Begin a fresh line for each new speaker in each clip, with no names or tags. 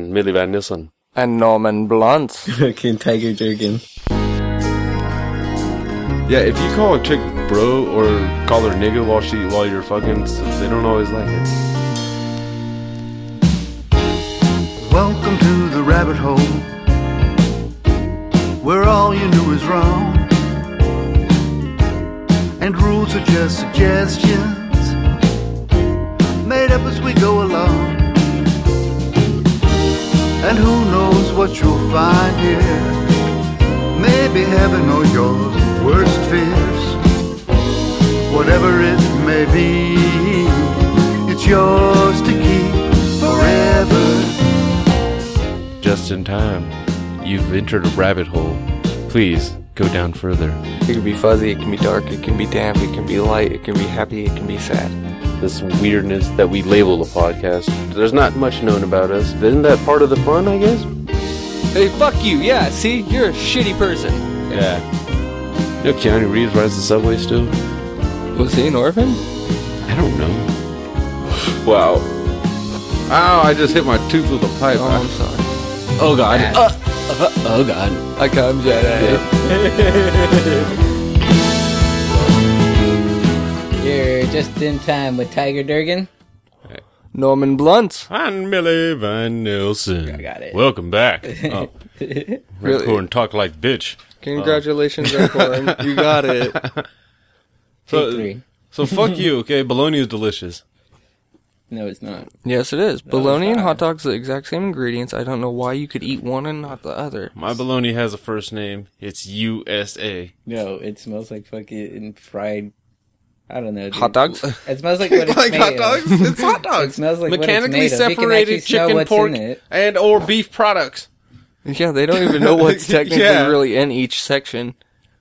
Millie Van Nissen.
And Norman Blunt.
Fucking Tiger Jerkin.
Yeah, if you call a chick bro or call her nigga while she while you're fucking, they don't always like it.
Welcome to the rabbit hole where all you knew is wrong and rules are just suggestions made up as we go along. And who knows what you'll find here? Maybe heaven or your worst fears. Whatever it may be, it's yours to keep forever.
Just in time, you've entered a rabbit hole. Please go down further.
It can be fuzzy, it can be dark, it can be damp, it can be light, it can be happy, it can be sad.
This weirdness that we label the podcast. There's not much known about us. Isn't that part of the fun, I guess?
Hey, fuck you, yeah, see? You're a shitty person.
Yeah. You know Keanu Reeves rides the subway still?
Was he an orphan?
I don't know. Wow. Ow, I just hit my tooth with a pipe.
Oh, I'm sorry. Ah.
Oh, God.
Uh,
Oh god.
I come Jedi.
You're just in time with Tiger Durgan.
Norman Blunt.
I'm Millie Van Nielsen.
I got it.
Welcome back. Oh,
Really?
record and talk like bitch.
Congratulations, Acorn. You got it.
Take
So,
three.
so fuck you. Okay, bologna is delicious.
No, it's not.
Yes, it is. Bologna and
fine.
hot dogs are the exact same ingredients. I don't know why you could eat one and not the other.
My bologna has a first name. It's USA.
No, it smells like fucking fried. I don't know. dude.
Hot dogs?
It smells like what it's
Like
made
hot dogs?
Of.
It's hot
It
dogs.
smells like
Mechanically
what it's made of. You can actually
separated
smell
chicken,
what's
pork,
in it.
and or beef products.
Yeah, they don't even know what's technically
Yeah.
really in each section.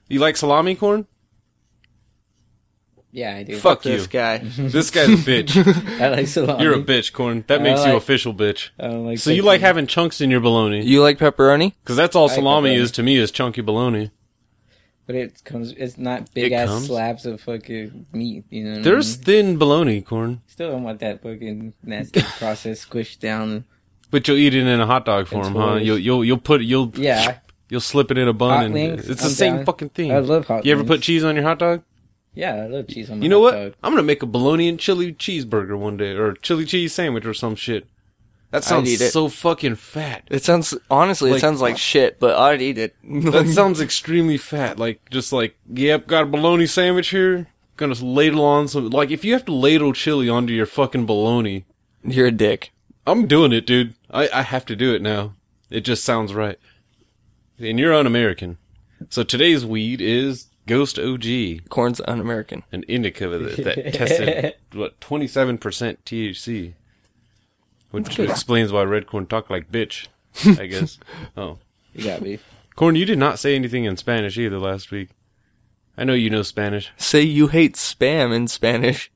You like salami corn?
Yeah, I do.
Fuck you.
This guy.
This guy's a bitch.
I like salami.
You're a bitch, corn. That
I
makes you
like-
official bitch.
I don't like
So you
chicken.
like having chunks in your bologna?
You like pepperoni?
Because that's all
like Mm-hmm.
salami
bologna.
is to me is chunky bologna.
but it comes. It's not big
It
ass
comes?
slabs of fucking meat. You know. what I
There's
mean?
thin bologna, corn,
still don't want that fucking nasty process squished down.
but you'll eat it in a hot dog form, huh?
Rolls.
You'll you'll you'll put you'll
Yeah,
You'll slip it in a bun
Hot
and
wings,
it's the
I'm
same
down.
fucking thing.
I love hot.
you ever put
wings.
cheese on your hot dog?
Yeah, I love cheese on. My
You know what?
hot dog.
I'm gonna make a bologna and chili cheeseburger one day, or chili cheese sandwich, or some shit. That sounds
eat it.
so fucking fat.
It sounds honestly,
Like-
it sounds like shit, but I'd eat it.
That sounds extremely fat. Like just like, yep, got a bologna sandwich here. Gonna ladle on some. Like if you have to ladle chili onto your fucking bologna,
You're a dick.
I'm doing it, dude. I, I have to do it now. It just sounds right. And you're un-American. So today's weed is Ghost OG.
Corn's un-American.
an indica that, that tested what twenty seven percent THC, which explains why red corn talk like bitch. I guess. oh,
You got me.
corn, you did not say anything in Spanish either last week. I know you know Spanish.
Say you hate spam in Spanish.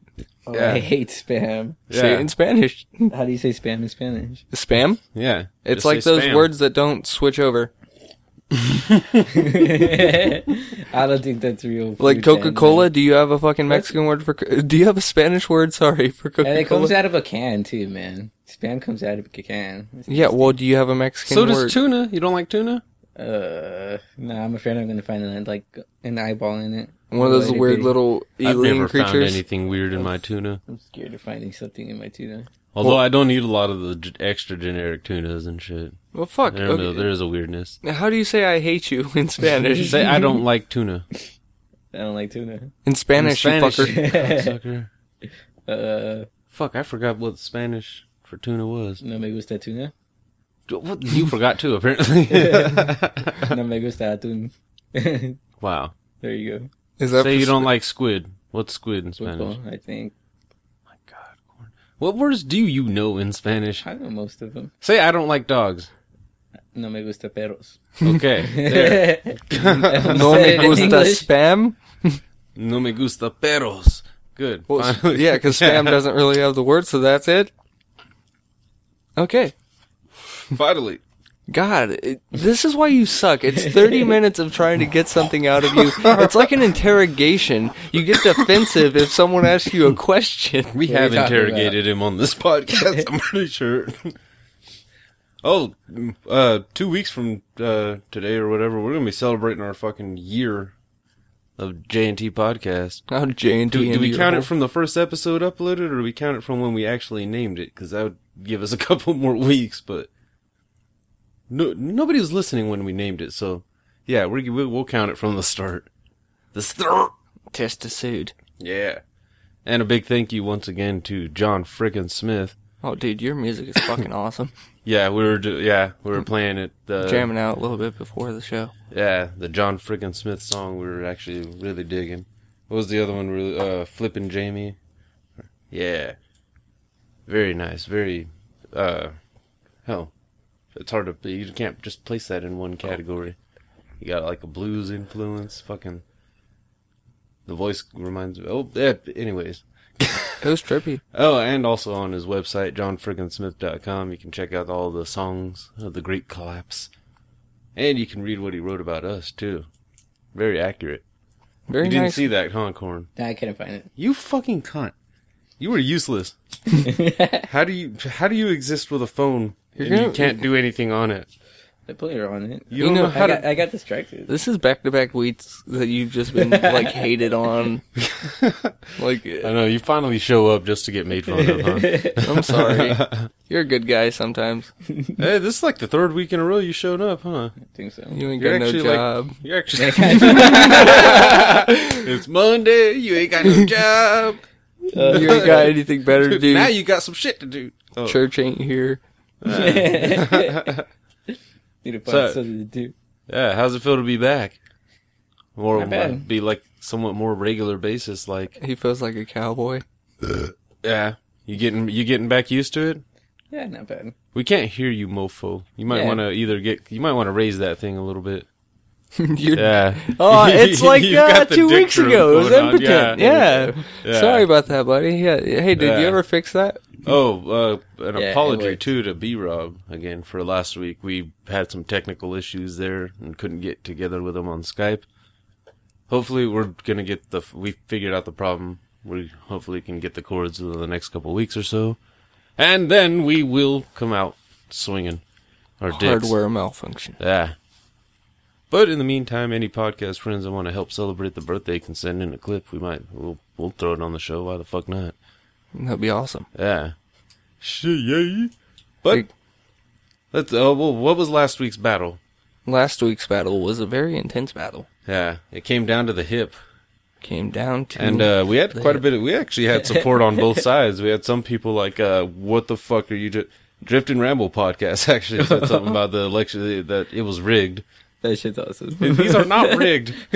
Oh,
Yeah.
I hate spam.
Say
Yeah.
it in Spanish.
How do you say spam in Spanish?
Spam?
Yeah,
It's
Just
like
say
those
spam.
words that don't switch over.
I don't think that's real.
Like
food, Dan,
Coca Cola,
man.
do you have a fucking Mexican word for. co- Do you have a Spanish word, sorry, for
And
Coca
it comes
Cola?
out of a can too, man. Spam comes out of a can.
Yeah, well, do you have a Mexican
So
word?
does tuna. You don't like tuna?
Uh, no, I'm afraid I'm gonna find an, like an eyeball in it.
One of those
Related
weird
thing.
little
I've
alien
never found
creatures.
anything weird in my tuna.
I'm scared of finding something in my tuna.
Although I don't eat a lot of the g- extra generic tunas and shit.
Well, fuck.
I don't know.
okay.
There is a weirdness.
How do you say I hate you in Spanish?
Say I don't like tuna.
I don't like tuna.
in Spanish,
In
you fucker.
cocksucker.
Uh,
Fuck, I forgot what Spanish for tuna was.
no me gusta tuna.
What, you forgot too, apparently.
No me gusta atún. there
wow.
you go.
Is that
Say
for
you
Sp-
don't like squid. What's squid in Spanish?
Football, I think.
My God, corn. What words do you know in Spanish?
I know most of them.
Say I don't like dogs.
No me gusta perros.
Okay. there.
If
No
you
me
said it in
gusta
English,
spam.
no me gusta perros. Good.
Well, s-
finally.
yeah, because spam doesn't really have the word, so that's it. Okay.
Finally.
God, it, this is why you suck. It's 30 minutes of trying to get something out of you. It's like an interrogation. You get defensive if someone asks you a question.
We
What are
have
you talking
interrogated him on this podcast, I'm pretty sure. Oh, mm, uh, two weeks from uh, today or whatever, we're gonna be celebrating our fucking year of J and T podcast.
How J and
Do, do we count it from the first episode uploaded, or do we count it from when we actually named it? Because that would give us a couple more weeks. But no, nobody was listening when we named it, so yeah, we're, we'll we'll count it from the start. The start.
test of suit?
Yeah. And a big thank you once again to John Frickin' Smith.
Oh, dude, your music is fucking awesome.
Yeah, we were ju- yeah we were playing it. Uh,
Jamming out a little bit before the show.
Yeah, the John Frickin' Smith song we were actually really digging. What was the other one? Really, uh, Flippin' Jamie. Yeah. Very nice. Very. uh Hell, it's hard to you can't just place that in one category. You got like a blues influence. Fucking. The voice reminds me. Oh, yeah, anyways.
It was trippy.
Oh, and also on his website, johnfrickinsmith.com, you can check out all the songs of the Great Collapse. And you can read what he wrote about us, too. Very accurate.
Very
you didn't
nice.
see that, huh, Corn?
Nah, I couldn't find it.
You fucking cunt. You were useless. how do you how do you exist with a phone
You're
and you
gonna-
can't do anything on it?
I played her on it.
You
You
don't know,
know,
how
I
to
got, I got distracted.
this is back to back weeks that you've just been like hated on. Like
I know you finally show up just to get made fun of, huh? hey,
I'm sorry. You're a good guy sometimes.
this is like the third week in a row you showed up, huh?
I think so.
You ain't
You're
got no
actually
job.
like you're actually It's Monday, you ain't got no job.
Uh,
you ain't got anything better to do.
Now you got some shit to do. Oh.
Church ain't here.
Need to find
So-
something to do.
Yeah, how's it feel to be back? Or
Not bad.
be like somewhat more regular basis, like
He feels like a cowboy.
yeah, you getting you getting back used to it.
Yeah, not bad.
We can't hear you, mofo. You might
Yeah.
want to either get you might want to raise that thing a little bit.
You're
Yeah.
Oh, it's like
You've
uh,
got the
two
dick
weeks
room
ago. It was
going on.
impotent. Yeah.
Yeah.
Sorry about that, buddy. Yeah. Hey, did
Yeah.
you ever fix that?
Oh, uh, an
Yeah, it
apology
worked.
too to B Rob again for last week. We had some technical issues there and couldn't get together with him on Skype. Hopefully, we're gonna get the we figured out the problem. We hopefully can get the chords within the next couple weeks or so, and then we will come out swinging our dicks.
Hardware malfunction.
Yeah. But in the meantime, any podcast friends that want to help celebrate the birthday can send in a clip. We might we'll we'll throw it on the show. Why the fuck not?
That'd be awesome.
Yeah. Shit, yeah. But
Like-
let's. Oh, well, what was last week's battle?
Last week's battle was a very intense battle.
Yeah, it came down to the hip,
Came down to
and uh, we had quite a bit. Of, we actually had support on both sides. We had some people like, uh, "What the fuck are you just?" Drift and Ramble podcast actually said something about the election that it was rigged.
That shit's awesome.
These are not rigged.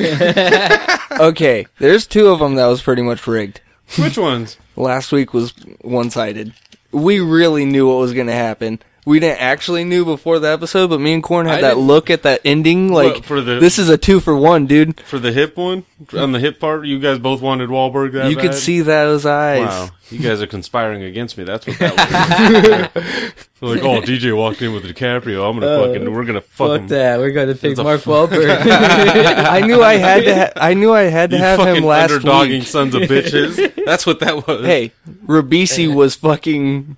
okay. There's two of them that was pretty much rigged.
Which ones?
Last week was one sided. We really knew what was going to happen. We didn't actually knew before the episode, but me and Corn had
I
that
didn't-
look at that ending. Like
for the-
this is a two for one, dude.
For the hip one, on the hip part, you guys both wanted Wahlberg. That
You could
bad?
see those eyes.
Wow, you guys are conspiring against me. That's what that was. like, oh, DJ walked in with DiCaprio. I'm gonna
Uh,
fucking, we're gonna fuck, him.
Fuck that. We're going to pick
It's a
Mark Wahlberg.
I knew I had to. Ha- I knew I had to
You
have
fucking
him last
underdogging
week.
sons of bitches. That's what that was.
Hey, Rabisi was fucking.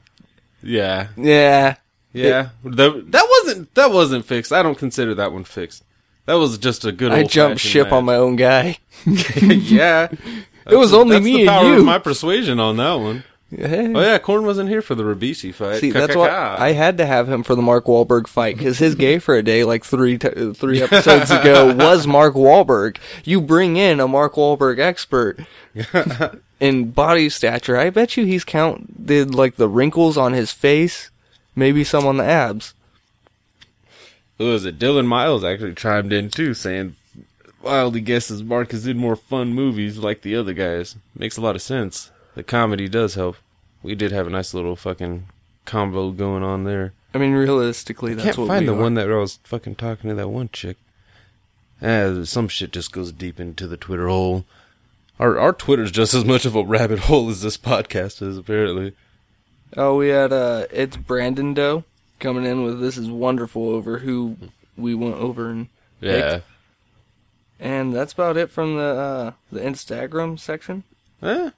yeah,
Yeah,
yeah. That, that wasn't that wasn't fixed. I don't consider that one fixed. That was just a good.
I
old-fashioned
jumped ship on
match.
my own guy.
yeah,
It was only
that's
me
the power
and you.
of my persuasion on that one.
Yeah.
Oh yeah, Corn wasn't here for the Rabisi fight.
See, that's why I had to have him for the Mark Wahlberg fight because his gay for a day, like three t- three episodes ago, was Mark Wahlberg. You bring in a Mark Wahlberg expert in body stature. I bet you he's counted like the wrinkles on his face, maybe some on the abs.
Who was it? Dylan Miles actually chimed in too, saying, "Wildly guesses Mark is in more fun movies like the other guys." Makes a lot of sense. The comedy does help. We did have a nice little fucking combo going on there.
I mean, realistically, that's
Can't
what
find
we
the
are.
one that I was fucking talking to that one chick. Ah, some shit just goes deep into the Twitter hole. Our our Twitter's just as much of a rabbit hole as this podcast is apparently.
Oh, we had uh, it's Brandon Doe coming in with "This is wonderful" over who we went over and
Yeah.
and that's about it from the uh, the Instagram section.
Eh?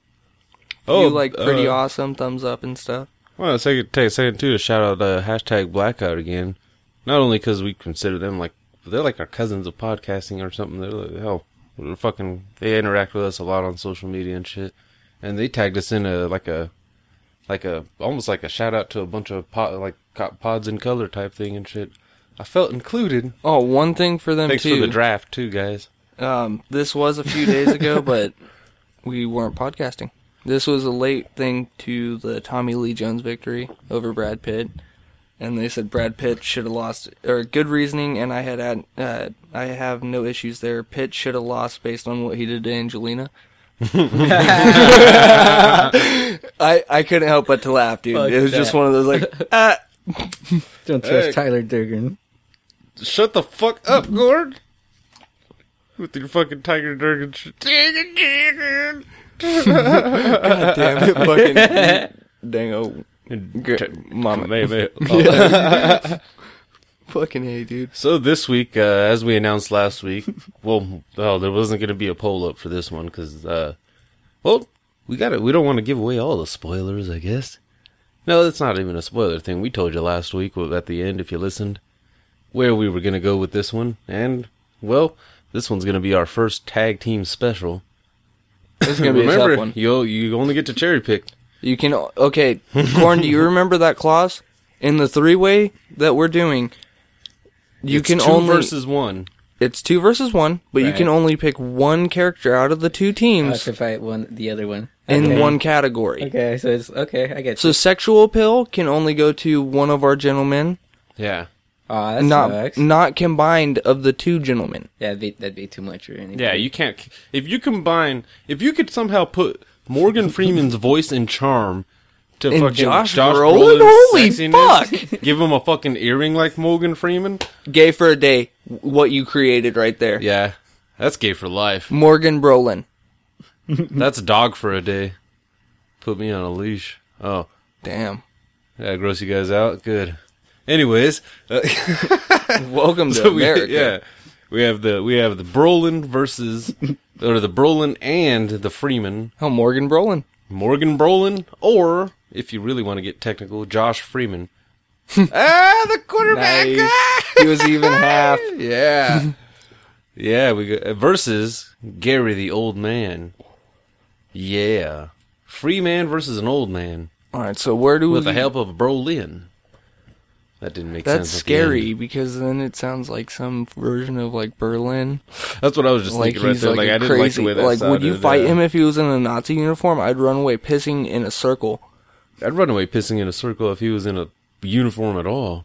Oh, you like pretty
uh,
awesome thumbs up and stuff.
Well, let's take, take a second too to shout out uh, hashtag Blackout again. Not only because we consider them like they're like our cousins of podcasting or something. They're like, hell, we're fucking they interact with us a lot on social media and shit. And they tagged us in a like a like a almost like a shout out to a bunch of pod, like co- pods in color type thing and shit. I felt included.
Oh, one thing for them
Thanks
too.
for the draft too, guys.
Um, this was a few days ago, but we weren't podcasting. This was a late thing to the Tommy Lee Jones victory over Brad Pitt, and they said Brad Pitt should have lost, or good reasoning, and I had, had uh, I have no issues there. Pitt should have lost based on what he did to Angelina. I I couldn't help but to laugh, dude.
Fuck
it was just
that.
one of those like, ah,
Don't trust
Hey.
Tyler Durgan.
Shut the fuck up, Gord. With your fucking Tiger Durgan shit. Tiger Durgan.
god damn it, fucking dango, mama,
Maybe.
fucking hey, dude.
So this week, uh, as we announced last week, well, oh, there wasn't going to be a poll up for this one because, uh, well, we got it. We don't want to give away all the spoilers, I guess. No, that's not even a spoiler thing. We told you last week well, at the end, if you listened, where we were going to go with this one, and well, this one's going to be our first tag team special.
This is gonna be a
Remember,
tough one.
you you only get to cherry pick.
You can okay, Corn. do you remember that clause in the three way that we're doing? You
It's
can
two
only
versus one.
it's two versus one, but you
Right.
can only pick one character out of the two
I have
teams
to fight one, the other one.
in
Okay.
one category.
Okay, so it's okay. I get
So
you.
sexual pill can only go to one of our gentlemen,
Yeah,
Aw, that
not
sucks.
not combined of the two gentlemen.
Yeah, that'd be, that'd be too much or anything.
yeah. You can't if you combine if you could somehow put Morgan Freeman's voice and charm to
And
fucking
Josh
Josh,
Brolin?
Brolin's
Holy
sexiness, give him a fucking earring like Morgan Freeman.
Gay for a day, what you created right there.
Yeah, that's gay for life.
Morgan Brolin.
That's dog for a day. Put me on a leash. Oh,
Damn.
yeah, gross you guys out. Good. Anyways, uh,
Welcome to
So we-
America.
yeah, we have the we have the Brolin versus or the Brolin and the Freeman.
Oh, Morgan Brolin.
Morgan Brolin, or if you really want to get technical, Josh Freeman. ah, the quarterback.
Nice.
ah!
He was even half.
yeah, yeah. We go, uh, versus Gary the old man. Yeah, free man versus an old man
All right, so where do
with
we
the help of Brolin. That didn't make
That's
sense. at the end.
scary because then it sounds like some version of like Berlin.
That's what I was just
Like
thinking right
he's
there.
like,
Like, I
a
didn't like
crazy.
the way
Like,
that
would you
sounded,
fight
uh,
him if he was in a Nazi uniform? I'd run away pissing in a circle.
I'd run away pissing in a circle if he was in a uniform at all.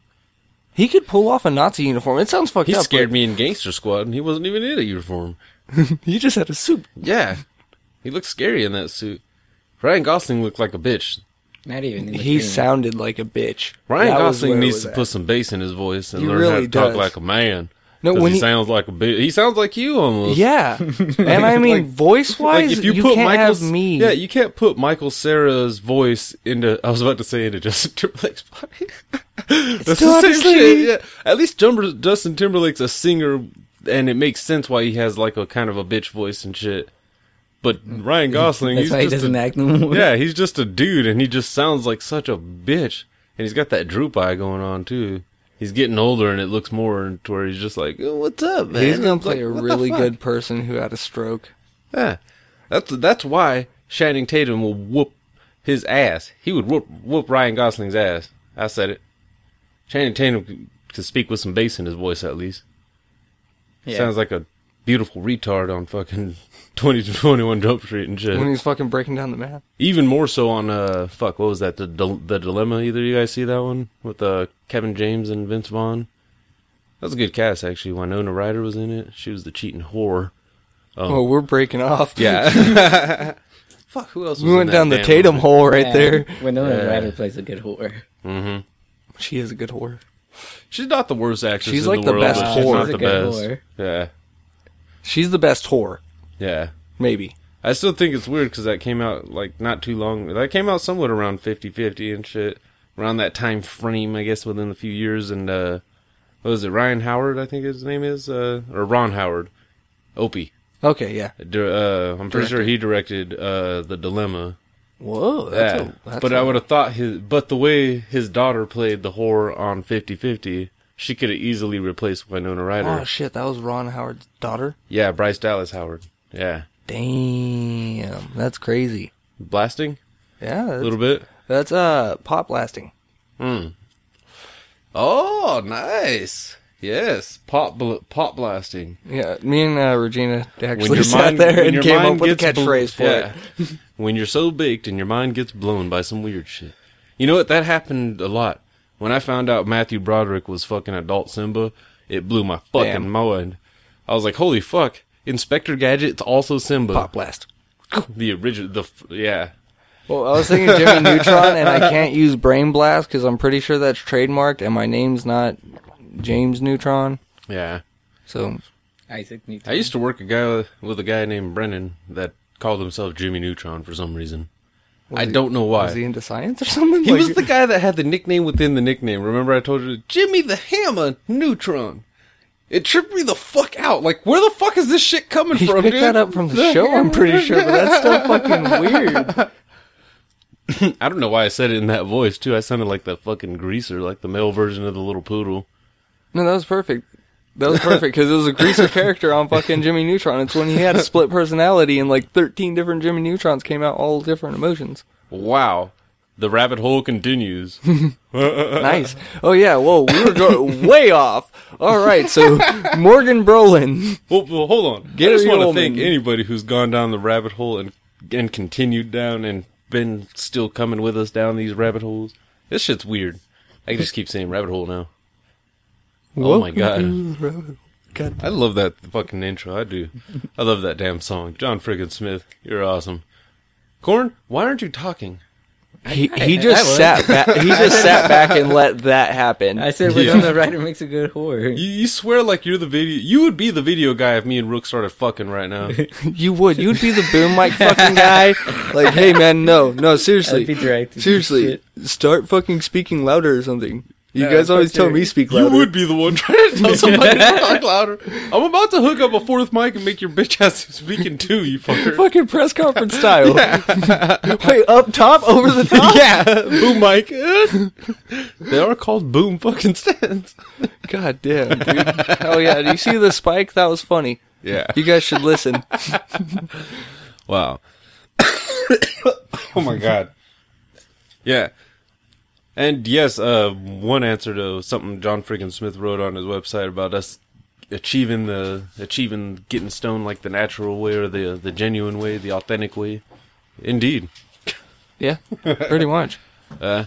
He could pull off a Nazi uniform. It sounds fucked
He
up.
scared me in Gangster Squad, and he wasn't even in a uniform.
but He just had a suit.
Yeah. He looked scary in that suit. Ryan Gosling looked like a bitch.
Not even. in the
He
thing.
sounded like a bitch.
Ryan
That was where
Gosling
it
needs
was
to
at.
put some bass in his voice and
He
learn how
really
to
does.
talk like a man.
No,
No,
when
when he,
he-
sounds like a bitch. He sounds like you almost.
Yeah, and I mean voice wise,
Like if
you,
you, put
can't
Michael,
have me.
yeah, you can't put Michael Sarah's voice into. I was about to say into Justin Timberlake's body. That's
too
the same
obviously-
shit. Yeah, at least Jumper, Justin Timberlake's a singer, and it makes sense why he has like a kind of a bitch voice and shit. But Ryan Gosling,
That's
he's
why he
just
doesn't
a-
act no more.
Yeah, he's just a dude, and he just sounds like such a bitch. And he's got that droop eye going on too. He's getting older, and it looks more to where he's just like, "Oh, "What's up, man?"
he's gonna
It's
play
like,
a
"What the
really
fuck?"
good person who had a stroke.
Yeah, that's that's why Channing Tatum will whoop his ass. He would whoop whoop Ryan Gosling's ass. I said it. Channing Tatum c- could speak with some bass in his voice at least.
Yeah.
Sounds like a beautiful retard on fucking twenty to twenty one Jump Street and shit.
When he's fucking breaking down the map.
Even more so on uh fuck what was that the Dil- the dilemma? Either you guys see that one with uh Kevin James and Vince Vaughn. That was a good cast actually. Winona Ryder was in it. She was the cheating whore.
Oh, we're breaking off.
Yeah. fuck. Who else? Was
we
in
went
that
down the
damn
Tatum
movie?
hole right
Yeah,
there.
Uh, Winona
Yeah.
Ryder plays a good whore.
She is a good whore.
She's not the worst actress.
She's
in
like the
world,
best
but she's
whore.
not
She's a
the
good
best.
whore.
Yeah,
She's the best whore,
yeah.
maybe.
I still think it's weird because that came out like not too long. That came out somewhat around 50-50 and shit. Around that time frame, I guess, within a few years. And uh, what was it? Ryan Howard, I think his name is, uh, or Ron Howard, Opie.
Okay, yeah.
Dir- uh, I'm pretty sure he directed uh, the Dilemma,
Whoa, that's
Yeah.
a, that's
but
a,
I would have thought his. But the way his daughter played the whore on 50-50, she could have easily replaced Winona Ryder.
Oh shit, that was Ron Howard's daughter.
yeah, Bryce Dallas Howard. Yeah,
Damn, that's crazy.
blasting
Yeah, that's,
a little bit.
that's uh pop blasting.
Oh, nice. Yes, pop bl- pop blasting.
Yeah, me and uh, Regina actually sat there
when
and
your
came
mind
up with a
gets bl-
catchphrase for
yeah.
it.
when you're so baked and your mind gets blown by some weird shit. You know what? That happened a lot. When I found out Matthew Broderick was fucking adult Simba, it blew my fucking
Damn.
mind. I was like, holy fuck. Inspector Gadget's also Simba.
Pop blast.
The original, the, f- yeah.
Well, I was thinking Jimmy Neutron, and I can't use Brain Blast because I'm pretty sure that's trademarked, and my name's not James Neutron.
Yeah.
So
Isaac
I
Newton.
used to work a guy with, with a guy named Brennan that called himself Jimmy Neutron for some reason. I
he-
don't know why.
was he into science or something?
He
Like-
was the guy that had the nickname within the nickname. Remember, I told you Jimmy the Hammer Neutron. It tripped me the fuck out. Like, where the fuck is this shit coming
He
from,
picked
dude?
that up from the, show, I'm pretty sure, but that's still fucking weird.
I don't know why I said it in that voice too. I sounded like that fucking greaser, like the male version of the little poodle.
No, that was perfect. That was perfect because it was a greaser character on fucking Jimmy Neutron. It's when he had a split personality and like 13 different Jimmy Neutrons came out, all different emotions.
Wow. The rabbit hole continues.
Nice. Oh yeah. Whoa, we were going way off. All right. So Morgan Brolin.
well, well, hold on. I
Gary
just want to
Oldman.
thank anybody who's gone down the rabbit hole and and continued down and been still coming with us down these rabbit holes. This shit's weird. I can just keep saying rabbit hole now. oh my god. I love that fucking intro. I do. I love that damn song. John friggin' Smith, you're awesome. Corn, why aren't you talking?
He he
I
just
was.
sat back. He just sat back and let that happen.
I said Winona Ryder makes a good whore.
You, you swear like you're the video. You would be the video guy if me and Rook started fucking right now.
You would. You'd be the boom mic fucking guy. Like, hey man, no, no, seriously,
I'd be directed.
seriously, start fucking speaking louder or something. You guys always
fuck
tell
it.
me speak
You
louder.
would be the one trying to tell somebody to talk louder. I'm about to hook up a fourth mic and make your bitch ass speak in two, you fucker.
fucking press conference style. Wait, up top, over the top.
yeah, boom mic. they are called boom fucking stands.
God damn, dude. Hell yeah. Do you see the spike? That was funny.
Yeah.
You guys should listen.
Wow. oh my god. Yeah. And yes, uh, one answer to something John Friggin Smith wrote on his website about us achieving the achieving getting stoned like the natural way or the the genuine way, the authentic way. Indeed.
Yeah, pretty much.
Uh,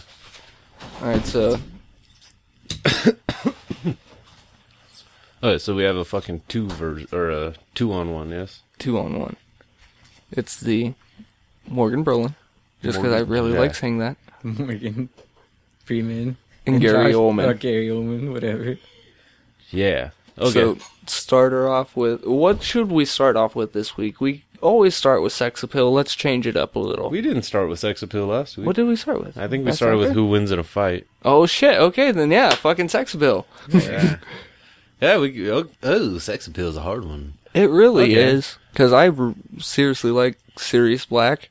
All right, so
Oh, so we have a fucking two version or a two on one, yes.
two on one. It's the Morgan Brolin, just because I
Morgan-
really
yeah.
like saying that.
Morgan Freeman.
And, Gary
Josh- Or
Oldman.
Gary Oldman, whatever.
Yeah. Okay.
So start her off with what should we start off with this week? We always start with sex appeal. Let's change it up a little.
we didn't start with sex appeal last week.
what did we start with?
I think we
That's
started
not
with
good.
who wins in a fight.
Oh shit! Okay, then yeah, fucking sex appeal.
Yeah, we oh, oh sex appeal is a hard one.
It really
Okay.
is. 'Cause is because I r- seriously like Sirius Black.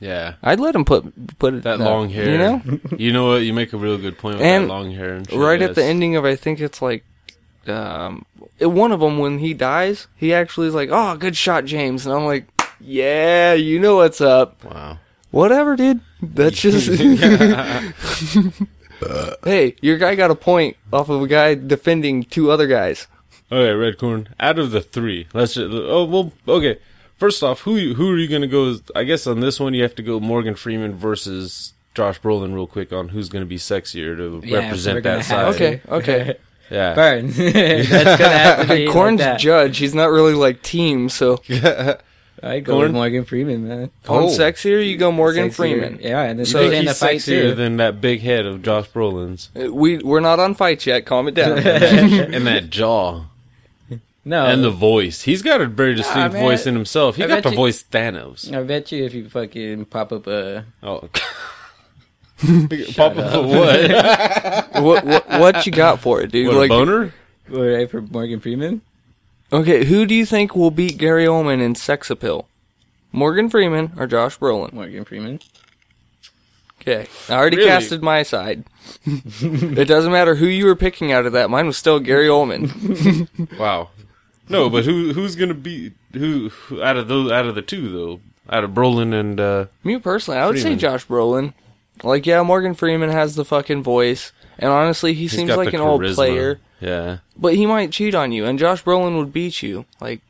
Yeah.
I'd let him put put it
That
no,
long hair.
You know,
You know what? You make a real good point with
And
that long hair and shit.
right at the
yes.
ending of I think it's like um it- one of them when he dies he actually is like oh good shot James and I'm like yeah you know what's up
Wow.
whatever dude that's just hey your guy got a point off of a guy defending two other guys
Okay, Red Corn. Out of the three, let's just. Oh well. Okay. First off, who you- who are you gonna go? with? I guess on this one you have to go Morgan Freeman versus Josh Brolin real quick on who's gonna be sexier to
Yeah, we're
represent
gonna
that
have-
side.
okay okay
Yeah.
Burn. That's gonna happen. to you
Corn's
like that.
judge he's not really like team so
Oh.
I go
Corn?
with Morgan Freeman, man.
on
Oh.
sexier you go Morgan
Sexier.
Freeman
Yeah, and then
So
so
think
in the
he's
fight
sexier
too.
than that big head of Josh Brolin's
Uh, we we're not on fights yet calm it down
and that jaw
Oh.
no,
and the voice. He's got a very
Nah,
distinct
man.
voice in himself. He
I
got
bet
to
you-
voice Thanos.
I bet you if you fucking pop up a
Oh. Pop up what?
what, what what you got for it dude
What, a
like
boner?
right for Morgan Freeman,
Okay, who do you think will beat Gary Oldman in Sex Appeal? Morgan Freeman or Josh Brolin?
Morgan Freeman.
Okay. I already
Really?
casted my side. it doesn't matter who you were picking out of that. Mine was still Gary Oldman.
Wow. No, but who who's gonna be who who- out of those out of the two though? Out of Brolin and uh
Me personally, I would say
Freeman.
Josh Brolin. Like, yeah, Morgan Freeman has the fucking voice. And honestly, he
he's
seems
got
like
the
an old
charisma.
player.
Yeah.
But he might cheat on you, and Josh Brolin would beat you. Like,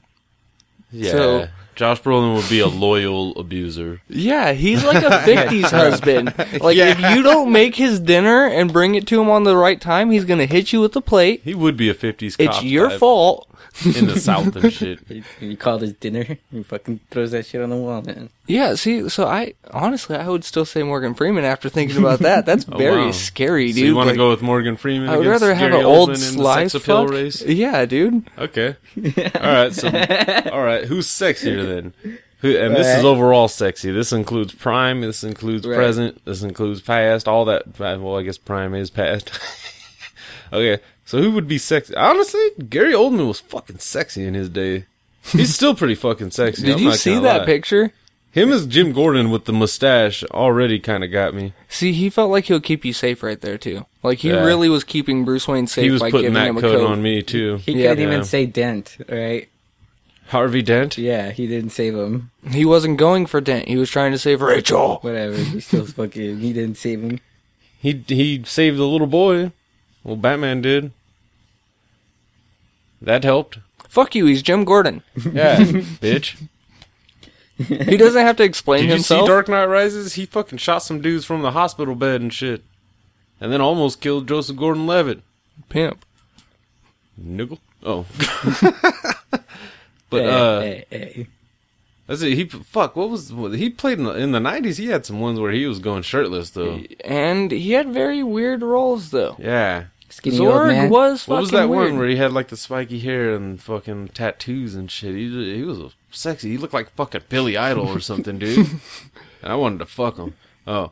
Yeah.
So-
Josh Brolin would be a loyal abuser.
yeah, he's like a 50s husband. Like, if you don't make his dinner and bring it to him on the right time, he's going to hit you with the plate.
He would be a fifties
It's your fault.
in the south and shit.
You, you call this dinner? He fucking throws that shit on the wall, man.
Yeah, see, so I honestly, I would still say Morgan Freeman after thinking about that. That's
Oh,
very
wow.
scary,
So
dude.
you want
Like,
to go with Morgan Freeman?
I would
against
rather have
Gary
an old
Oldman in the
sly
sex appeal
fuck.
race?
Yeah, dude.
Okay. All right. So, all right. Who's sexier then? Who? And this is
Right.
overall sexy. This includes prime. This includes
Right.
present. This includes past. All that. Well, I guess prime is past. okay. So who would be sexy? Honestly, Gary Oldman was fucking sexy in his day. He's still pretty fucking sexy.
Did
I'm
you
not
see
gonna
that
lie.
picture?
Him as Jim Gordon with the mustache already kind of got me.
See, he felt like he'll keep you safe right there too. Like he
Yeah.
really was keeping Bruce Wayne safe
He was
by
putting
giving
that
him a
coat
code.
on me too.
He
Yeah.
couldn't even
Yeah.
say dent, right?
Harvey Dent.
Yeah, he didn't save him.
He wasn't going for Dent. He was trying to save Rachel.
Whatever. He still fucking. He didn't save him.
He he saved the little boy. Well, Batman did. That helped.
Fuck you. He's Jim Gordon.
Yeah, bitch.
He doesn't have to explain
Did
himself.
you see Dark Knight Rises? He fucking shot some dudes from the hospital bed and shit, and then almost killed Joseph Gordon-Levitt.
Pimp.
Niggle. Oh. but
Hey,
uh,
hey, hey.
that's it. He fuck. What was what, he played in the in the nineties? He had some ones where he was going shirtless though.
And he had very weird roles though.
Yeah.
skinny old
Zorg
man.
was fucking
What was that
weird.
one where he had like the spiky hair and fucking tattoos and shit? He he was a sexy. He looked like fucking Billy Idol or something, dude. and I wanted to fuck him. Oh,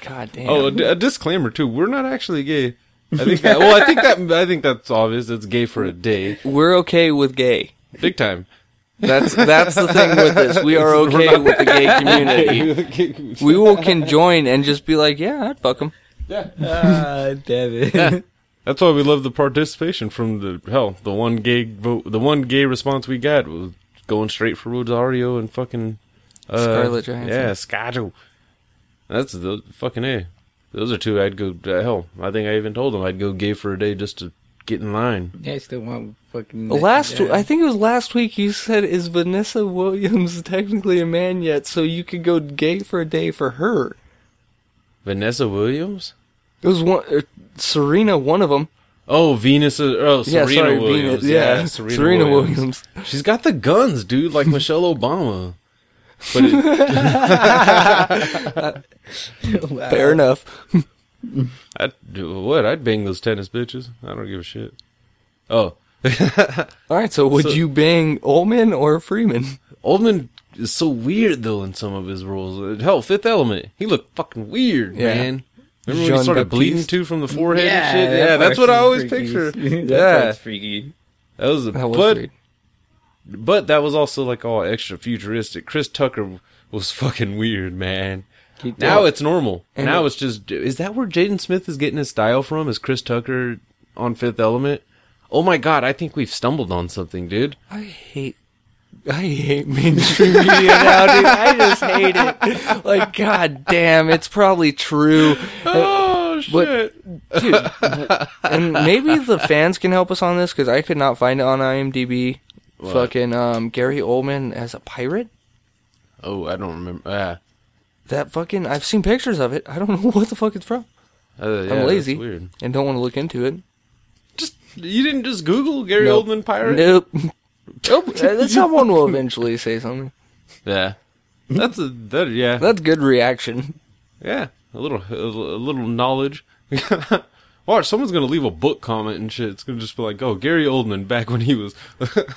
God damn.
oh, a, d- a disclaimer too. We're not actually gay. I think that. Well, I think that. I think that's obvious. It's gay for a day,
We're okay with gay.
big time.
That's that's the thing with this. We are okay with the gay community. We will can join and just be like, yeah, I'd fuck him.
Ah, damn it.
That's why we love the participation from the hell. The one gay vote. The one gay response we got was going straight for Rosario and fucking uh,
Scarlett Johansson.
Yeah, Scarlett. That's the fucking a. Those are two I'd go uh, hell. I think I even told them I'd go gay for a day just to get in line.
yeah, I still want fucking.
Last,
yeah.
I think it was last week. You said, "Is Vanessa Williams technically a man yet?" So you could go gay for a day for her.
Vanessa Williams.
It was one uh, Serena, one of them.
Oh, Venus. uh, Oh, Serena
yeah, sorry,
Williams.
Venus. Yeah, Serena, Williams.
She's got the guns, dude, like Michelle Obama. But it,
Wow.
Fair enough.
I'd do what? I'd bang those tennis bitches. I don't give a shit. Oh,
All right, so would
So-
you bang Ullman or Freeman?
Oldman is so weird though in some of his roles. Hell, Fifth Element, he looked fucking weird,
Yeah.
man. Remember when he started
Jean-Baptiste.
bleeding too from the forehead
Yeah,
and shit?
that
Yeah, that's
part's
what I always
freaky.
picture.
that
yeah,
part's freaky.
that was a
That was
but
weird.
but that was also like all extra futuristic. Chris Tucker was fucking weird, man.
Keep
Now
going.
it's normal.
And
now
it-
it's just is that where Jaden Smith is getting his style from? Is Chris Tucker on Fifth Element? Oh my god, I think we've stumbled on something, dude.
I hate. I hate mainstream media now, dude. I just hate it. Like, god damn, it's probably true.
Oh shit.
Dude, and maybe the fans can help us on this because I could not find it on IMDb. Fucking um, Gary Oldman as a pirate.
Oh, I don't remember. Ah.
That fucking I've seen pictures of it. I don't know what the fuck it's from,
Uh, yeah,
I'm
that's
lazy.
Weird.
and don't want to look into it.
Just you didn't just Google Gary
Nope.
Oldman pirate.
Nope. nope. Uh, Someone will eventually say something.
Yeah, that's a that yeah
That's good reaction.
yeah a little a little knowledge. Watch, someone's gonna leave a book comment and shit. It's gonna just be like, "Oh, Gary Oldman back when he was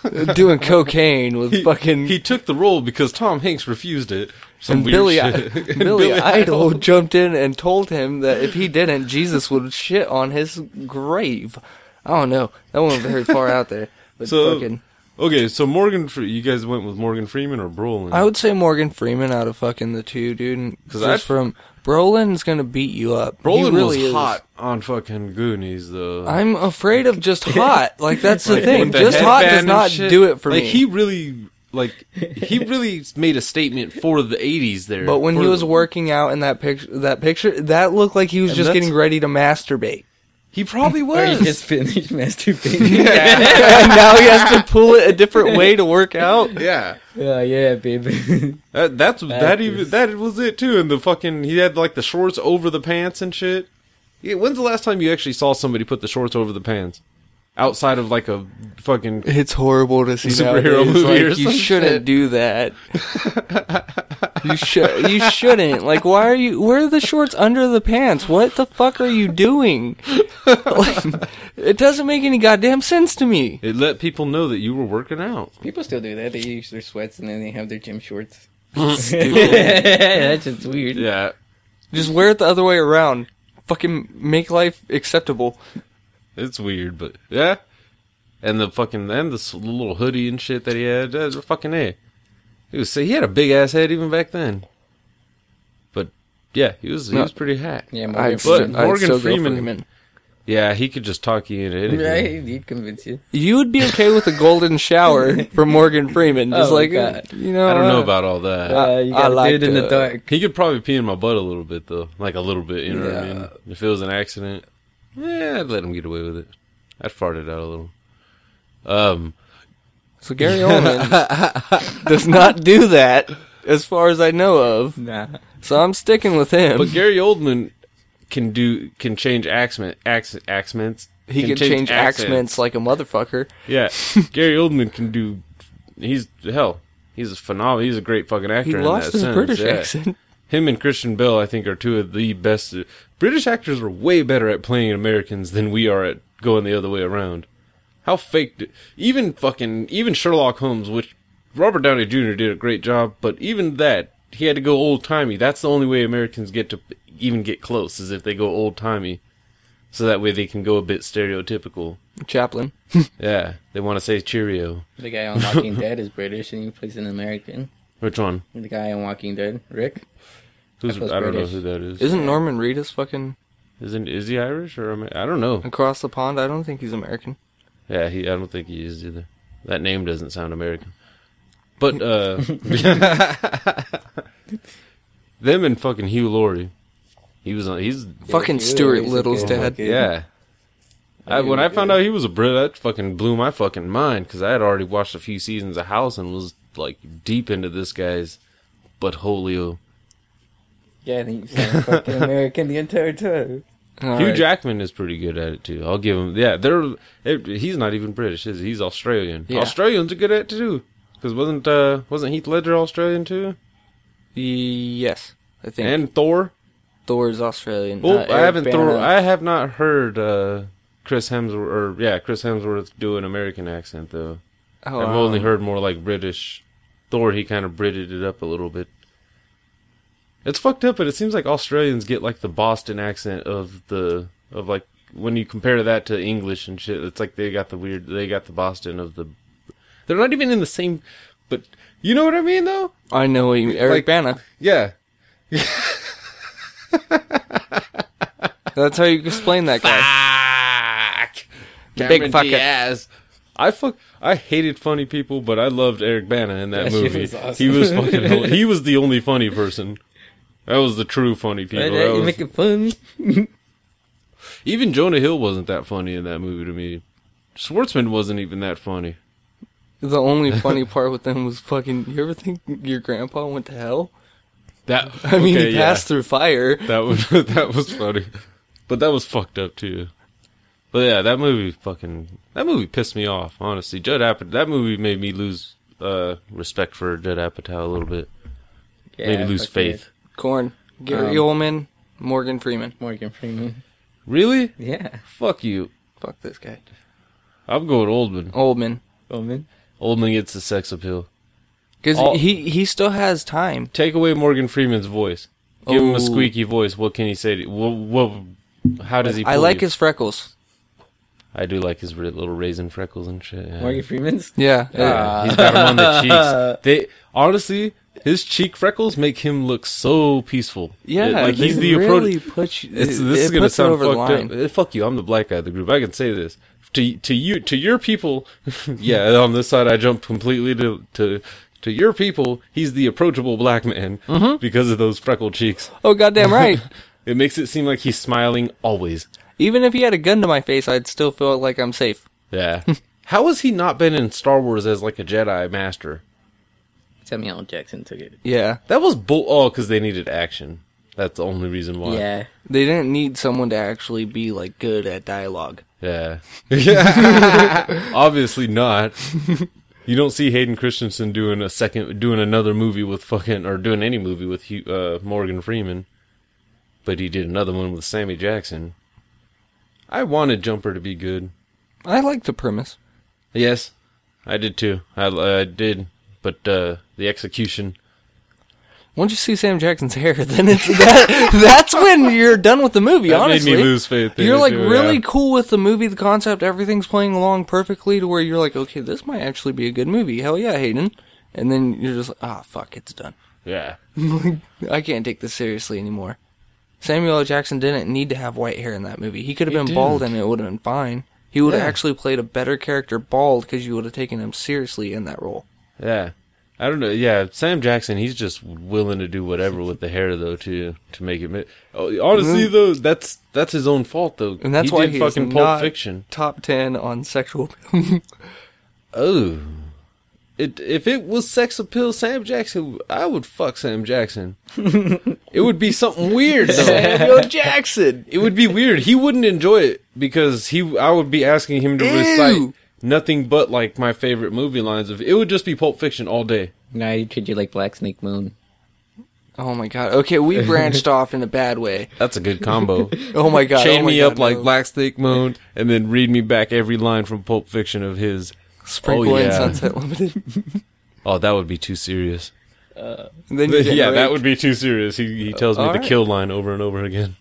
Doing cocaine with
he,
fucking
he took the role because Tom Hanks refused it." Some
and
weird
Billy,
shit.
Billy,
And
Idol jumped in and told him that if he didn't, Jesus would shit on his grave. I don't know. That went very far out there. But
So
fucking
Okay, so Morgan, Fre- you guys went with Morgan Freeman or Brolin?
I would say Morgan Freeman out of fucking the two, dude.
'Cause
Because
I'd-
that's from Brolin's gonna beat you up. He
Brolin
really
was
is.
hot on fucking Goonies though.
I'm afraid of just hot. Like that's the
Like,
thing.
with the
just hot
headband and
does not
shit.
do it for
like,
me.
He really like he really made a statement for the '80s there.
but when
For
he
the-
was working out in that picture, that picture, that looked like he was
And
just
that's-
getting ready to masturbate.
he probably
Or you
was.
just finished masturbating.
and now he has to pull it a different way to work out.
yeah,
yeah, yeah, baby.
Oh, that, that's that,
That
even
is-
that was it too. And the fucking he had like the shorts over the pants and shit. Yeah, when's the last time you actually saw somebody put the shorts over the pants? Outside of like a fucking
It's horrible to see
Superhero
nowadays.
movie or
Like, you
some
shouldn't
shit.
do that. you should. You shouldn't. Like, why are you? Where are the shorts under the pants? What the fuck are you doing? Like, it doesn't make any goddamn sense to me.
it let people know that you were working out.
People still do that. They use their sweats and then they have their gym shorts. That's just weird.
Yeah,
Just wear it the other way around. Fucking make life acceptable.
It's weird, but yeah. And the fucking and this little hoodie and shit that he had, that was fucking a. He was he had a big ass head even back then. But yeah, he was he
No.
was pretty hot.
Yeah,
I'd
Morgan
still-
But
Freeman.
I'd
Morgan
still go
Freeman-
Freeman.
Yeah, he could just talk you into anything.
Right? He'd convince you.
You would be okay with a golden shower from Morgan Freeman. Just
Oh,
like
God.
you know,
I don't know
uh,
about all that.
Uh, you
I
got
like
dude in
the-
the dark.
he could probably pee in my butt a little bit though, like a little bit. You know what I mean? If it was an accident, yeah, I'd let him get away with it. I'd fart it out a little. Um,
So Gary Oldman does not do that, as far as I know of.
Nah.
So I'm sticking with him.
But Gary Oldman can do can change accent accent accents.
he can, change accents like a motherfucker.
Yeah, Gary Oldman can do. He's hell. He's a phenomenal. He's a great fucking actor.
He
in that
lost his
sense,
British
yeah.
accent.
Him and Christian Bell, I think, are two of the best. British actors are way better at playing Americans than we are at going the other way around. How fake? Do, even fucking even Sherlock Holmes, which Robert Downey Jr. did a great job, but even that he had to go old timey. That's the only way Americans get to even get close is if they go old timey, so that way they can go a bit stereotypical.
Chaplin.
Yeah, they want to say Cheerio.
The guy on Walking Dead is British and he plays an American.
Which one?
The guy on Walking Dead, Rick.
Who's
That was
I don't know
British.
who that is.
Isn't Norman Reedus fucking
Isn't is he Irish or Amer- I don't know.
across the pond? I don't think he's American.
Yeah, he. I don't think he is either. That name doesn't sound American. But uh, them and fucking Hugh Laurie. He was on. He's
fucking
Yeah,
Stuart
he's a
Little's
good
dad.
fucking-
yeah. I, when I found out he was a Brit, that fucking blew my fucking mind because I had already watched a few seasons of House and was like deep into this guy's butthholio.
Yeah, I think he's a fucking American the entire time.
All
Hugh
right.
Jackman is pretty good at it too. I'll give him. Yeah, they're. it- He's not even British, is he? He's Australian.
Yeah.
Australians are good at it too. Because wasn't uh wasn't Heath Ledger Australian too?
Yes, I think
And Thor.
Thor's Australian.
Oh,
Uh,
I
Eric
haven't Thor.
Bana.
I have not heard uh Chris Hemsworth or yeah Chris Hemsworth do an American accent though.
Oh,
I've
um,
only heard more like British. Thor, he kind of Brited it up a little bit. It's fucked up, but it seems like Australians get like the Boston accent of the of like when you compare that to English and shit. It's like they got the weird, they got the Boston of the. They're not even in the same, but you know what I mean though.
Oh, I know what you mean. Eric
like-
Bana.
Yeah,
That's how you explain that guy.
Fuck.
Big fucker.
Diaz. I fuck. I hated funny people, but I loved Eric Bana in that
That shit
movie.
was awesome.
He was fucking. hel- he was the only funny person. That was the true funny people.
Right,
That
right? You
was-
making fun?
even Jonah Hill wasn't that funny in that movie to me. Schwartzman wasn't even that funny.
The only funny part with them was fucking. You ever think your grandpa went to hell?
That
I mean,
okay,
he
yeah.
passed through fire.
That was that was funny, but that was fucked up too. But yeah, that movie fucking that movie pissed me off. Honestly, Judd Apatow. That movie made me lose uh, respect for Judd Apatow a little bit.
Yeah,
made me lose
fuck
faith.
Corn. Gary Oldman, Morgan Freeman.
yeah. Morgan Freeman.
Really?
Yeah.
Fuck you.
Fuck this guy.
I'm going Oldman.
Oldman.
Roman.
Oldman gets the sex appeal.
Because
All-
he, he still has time.
Take away Morgan Freeman's voice. Give him
Oh.
a squeaky voice. What can he say? To, what, what, how does he?
I
pull
like
you?
his freckles.
I do like his ri- little raisin freckles and shit. Yeah.
Morgan Freeman's.
Yeah.
Yeah, he's got him on the cheeks. They honestly, his cheek freckles make him look so peaceful.
Yeah,
It- like
they
he's the
really
approach.
Put you,
It's, this
it-
is
it
gonna
puts it
sound
over the
fucked up.
line.
Eh, Fuck you, I'm the black guy of the group. I can say this to to you to your people. yeah, on this side, I jump completely to to. To your people, he's the approachable black man
Mm-hmm.
because of those freckled cheeks.
Oh, goddamn right.
It makes it seem like he's smiling always.
Even if he had a gun to my face, I'd still feel like I'm safe.
Yeah. How has he not been in Star Wars as like a Jedi master?
Samuel L. Jackson took it.
Yeah.
That was bull. Oh, because they needed action. That's the only reason why.
Yeah.
They didn't need someone to actually be like good at dialogue.
Yeah. Yeah. Obviously not. You don't see Hayden Christensen doing a second, doing another movie with fucking, or doing any movie with Hugh- uh, Morgan Freeman. But he did another one with Sammy Jackson. I wanted Jumper to be good.
I like the premise.
Yes, I did too. I, I did, but uh, the execution.
Once you see Sam Jackson's hair, then it's that, that's when you're done with the movie.
That
honestly,
made me lose faith. in
you're
it,
like
too,
really
yeah.
cool with the movie, the concept, everything's playing along perfectly to where you're like, okay, this might actually be a good movie. Hell yeah, Hayden. And then you're just like, ah, fuck, it's done.
Yeah.
I can't take this seriously anymore. Samuel L. Jackson didn't need to have white hair in that movie. He could have
He
been
didn't.
bald and it would have been fine. He would have
Yeah.
actually played a better character bald because you would have taken him seriously in that role.
Yeah. I don't know. Yeah, Sam Jackson, he's just willing to do whatever with the hair though to to make it. mi- Oh, honestly though, that's that's his own fault though.
Mm-hmm. And that's
he
why
did
he's
fucking
not
Pulp Fiction.
top ten on sexual.
Oh. It if it was sex appeal Sam Jackson, I would fuck Sam Jackson. it would be something weird though.
Samuel Jackson.
It would be weird. He wouldn't enjoy it because he I would be asking him to
Ew.
recite nothing but like my favorite movie lines of it would just be Pulp Fiction all day.
No, he treated you like Black Snake Moon.
Oh my god. Okay, we branched off in a bad way.
That's a good combo.
Oh my god.
chain
oh my
me
God,
up like
no.
Black Snake Moon, and then read me back every line from Pulp Fiction of his.
Sprinkle
Oh,
in
yeah.
Sunset Limited.
Oh, that would be too serious.
And then you get
yeah, that
raped.
would be too serious. He he tells me
all
the
right.
kill line over and over again.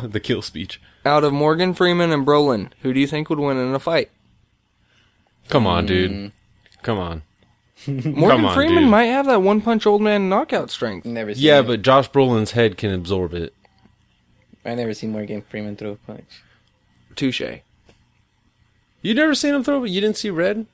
the kill speech.
out of Morgan Freeman and Brolin, who do you think would win in a fight?
Come on, dude. Come on.
Morgan
on,
Freeman
dude.
might have that one punch old man knockout strength.
Never seen
Yeah,
it.
but Josh Brolin's head can absorb it.
I never seen Morgan Freeman throw a punch.
Touche.
You never seen him throw? You didn't see Red?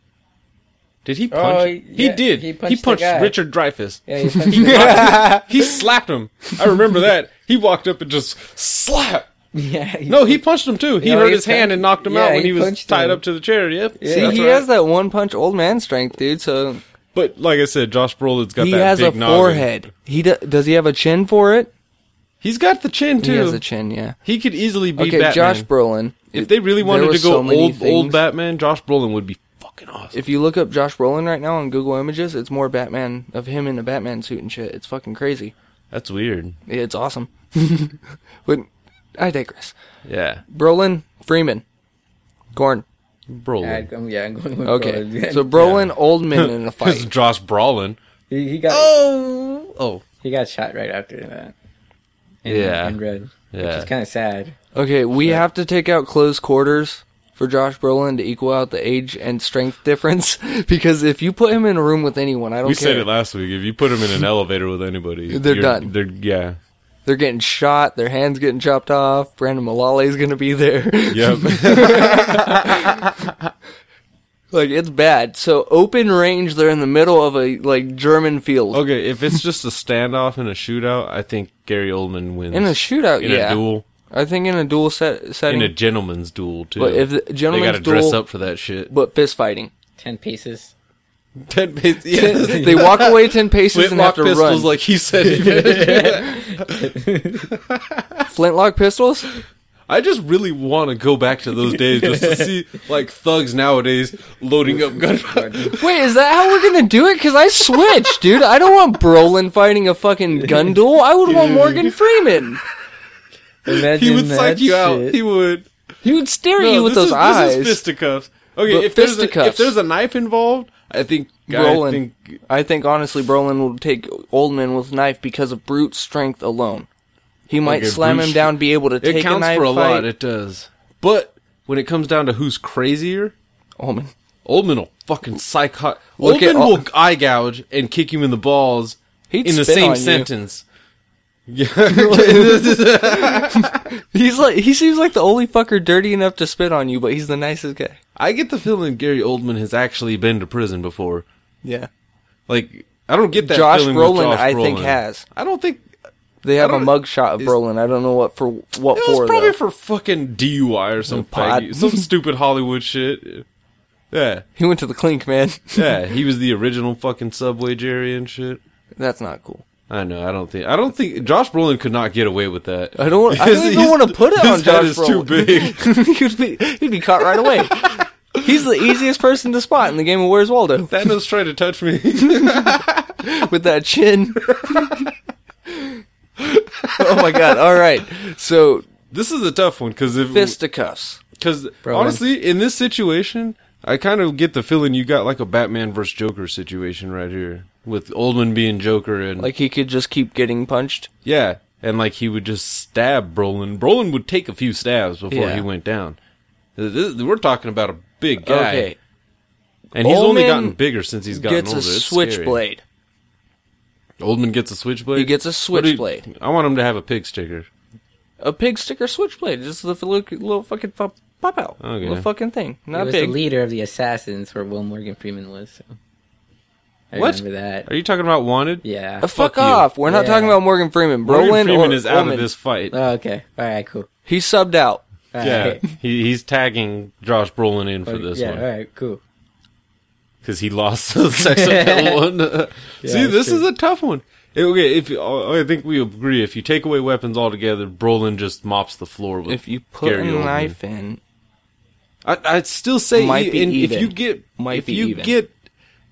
Did he punch?
Oh,
he
yeah,
did.
he
He
punched
punched,
the guy.
Richard Dreyfus.
Yeah, he punched him.
he slapped him. I remember that. He walked up and just slap.
Yeah, he-
No, he punched him too. He
No,
hurt
he
his hand
punched-
and knocked him
yeah,
out when
he
he, was
punched
tied
him.
up to the chair. Yep.
Yeah.
See,
that's
he
right.
has that one punch old man strength, dude. So
But like I said, Josh Brolin's got
he
that
has a
big noggin.
forehead. He do- does he have a chin for it?
He's got the chin too.
He
He,
has a chin, yeah.
could easily be
Okay,
Batman.
Josh Brolin.
if they really
There
wanted
were
to
so
go
many
old old
things.
Batman, Josh Brolin would be fucking awesome.
If you look up Josh Brolin right now on Google Images, it's more Batman of him in a Batman suit and shit. It's fucking crazy.
That's weird.
It's awesome. but I digress.
Yeah,
Brolin, Freeman, Gorn.
Brolin.
I- I'm- yeah, I'm going with
Okay,
Brolin.
so Brolin, old man in a
Because
fight.
Josh Brolin.
he, he got
Oh, oh,
he got shot right after that. In,
Yeah.
in red, which
yeah.
is kind of sad.
Okay, we have to take out close quarters for Josh Brolin to equal out the age and strength difference because if you put him in a room with anyone, I don't
We
care.
said it last week. If you put him in an elevator with anybody,
They're
you're-
done.
They're yeah,
They're getting shot, their hands getting chopped off. Brandon Mullally's going to be there.
yep.
like it's bad. So open range, they're in the middle of a like German field.
okay, if it's just a standoff and a shootout, I think Gary Oldman wins
In a shootout,
in
yeah.
a duel.
I think in a duel set setting,
in a gentleman's duel too.
But if the gentleman's
they gotta dress
duel-
up for that shit.
but fist fighting.
Ten paces.
Ten paces,
they walk away ten paces and have to run.
like he said.
Flintlock pistols.
I just really want to go back to those days just to see like thugs nowadays loading up gunpowder.
Wait, is that how we're gonna do it? Cause I switched, dude. I don't want Brolin fighting a fucking gun duel. I would want Morgan Freeman.
Imagine uh,
He would psych
that
you out.
shit.
He would.
He would stare at
No,
you with
this
those
is,
eyes.
This is fisticuffs. Okay,
But
if there's, a,
fisticuffs.
if there's a knife involved, I think I
Brolin.
think
honestly, Brolin will take Oldman with knife because of brute strength alone. He might
Okay,
slam
brute
him
stre-
down, be able to
it
take a
counts
knife
for a
fight.
lot. It does, but when it comes down to who's crazier,
Ullman.
Oldman will fucking psycho.
Look at
Oldman
all-
will eye gouge and kick you in the balls
He'd
in the
spit
same
on you.
sentence. Yeah,
He's like he seems like the only fucker dirty enough to spit on you, but he's the nicest guy.
I get the feeling Gary Oldman has actually been to prison before.
Yeah.
Like I don't get that.
Josh
feeling with
Brolin,
Josh
I think,
Brolin.
has.
I don't think
They have a
don't-
mugshot of
is-
Brolin. I don't know what for what
It
for
was probably
though.
for fucking DUI or some
Pot.
faggy- some stupid Hollywood shit. Yeah,
He went to the clink, man.
yeah. He was the original fucking Subway Jerry and shit.
That's not cool.
I know. I don't think. I don't think Josh Brolin could not get away with that.
I don't. I don't
His-
even
his-
want to put it on
his head
Josh
is too
Brolin.
big.
he'd be he'd be caught right away. He's the easiest person to spot in the game of Where's Waldo
Thanos tried to touch me.
with that chin. oh my god! All right, so
this is a tough one because if
fisticuffs.
because honestly, in this situation, I kind of get the feeling you got like a Batman versus Joker situation right here with Oldman being Joker and
Like he could just keep getting punched.
yeah, and like he would just stab Brolin. Brolin would take a few stabs before
Yeah.
he went down. This- we're talking about a big guy,
Okay,
and he's only
Oldman
gotten bigger since he's gotten
gets
older.
a
It's scary.
switchblade.
Oldman gets a switchblade.
He gets a
What do you-
switchblade.
I want him to have a pig sticker.
A pig sticker switchblade. Just the little, little fucking fu- pop out.
Okay.
Little fucking thing.
he
Not
was
big.
the leader of the assassins, where Will Morgan Freeman was. So. I
What?
remember that.
Are you talking about Wanted?
Yeah.
Uh, fuck
Fuck you.
off. We're not
Yeah.
talking about Morgan Freeman. Brolin
Morgan Freeman
or
is out
Ullman.
of this fight.
Oh, okay. All right. Cool.
He subbed out.
All
Yeah,
right.
he, he's tagging Josh Brolin in for this
yeah.
one
All right. Cool.
because he lost the sex appeal one. See,
that's
this
true.
is a tough one. Eh, Okay, if I I think we agree, if you take away weapons altogether, Brolin just mops the floor with.
If you put
Gary
a
Oldman.
knife in,
I, I'd still say
Might
you-
be
and if
even.
you get
Might
if
be
you
even.
get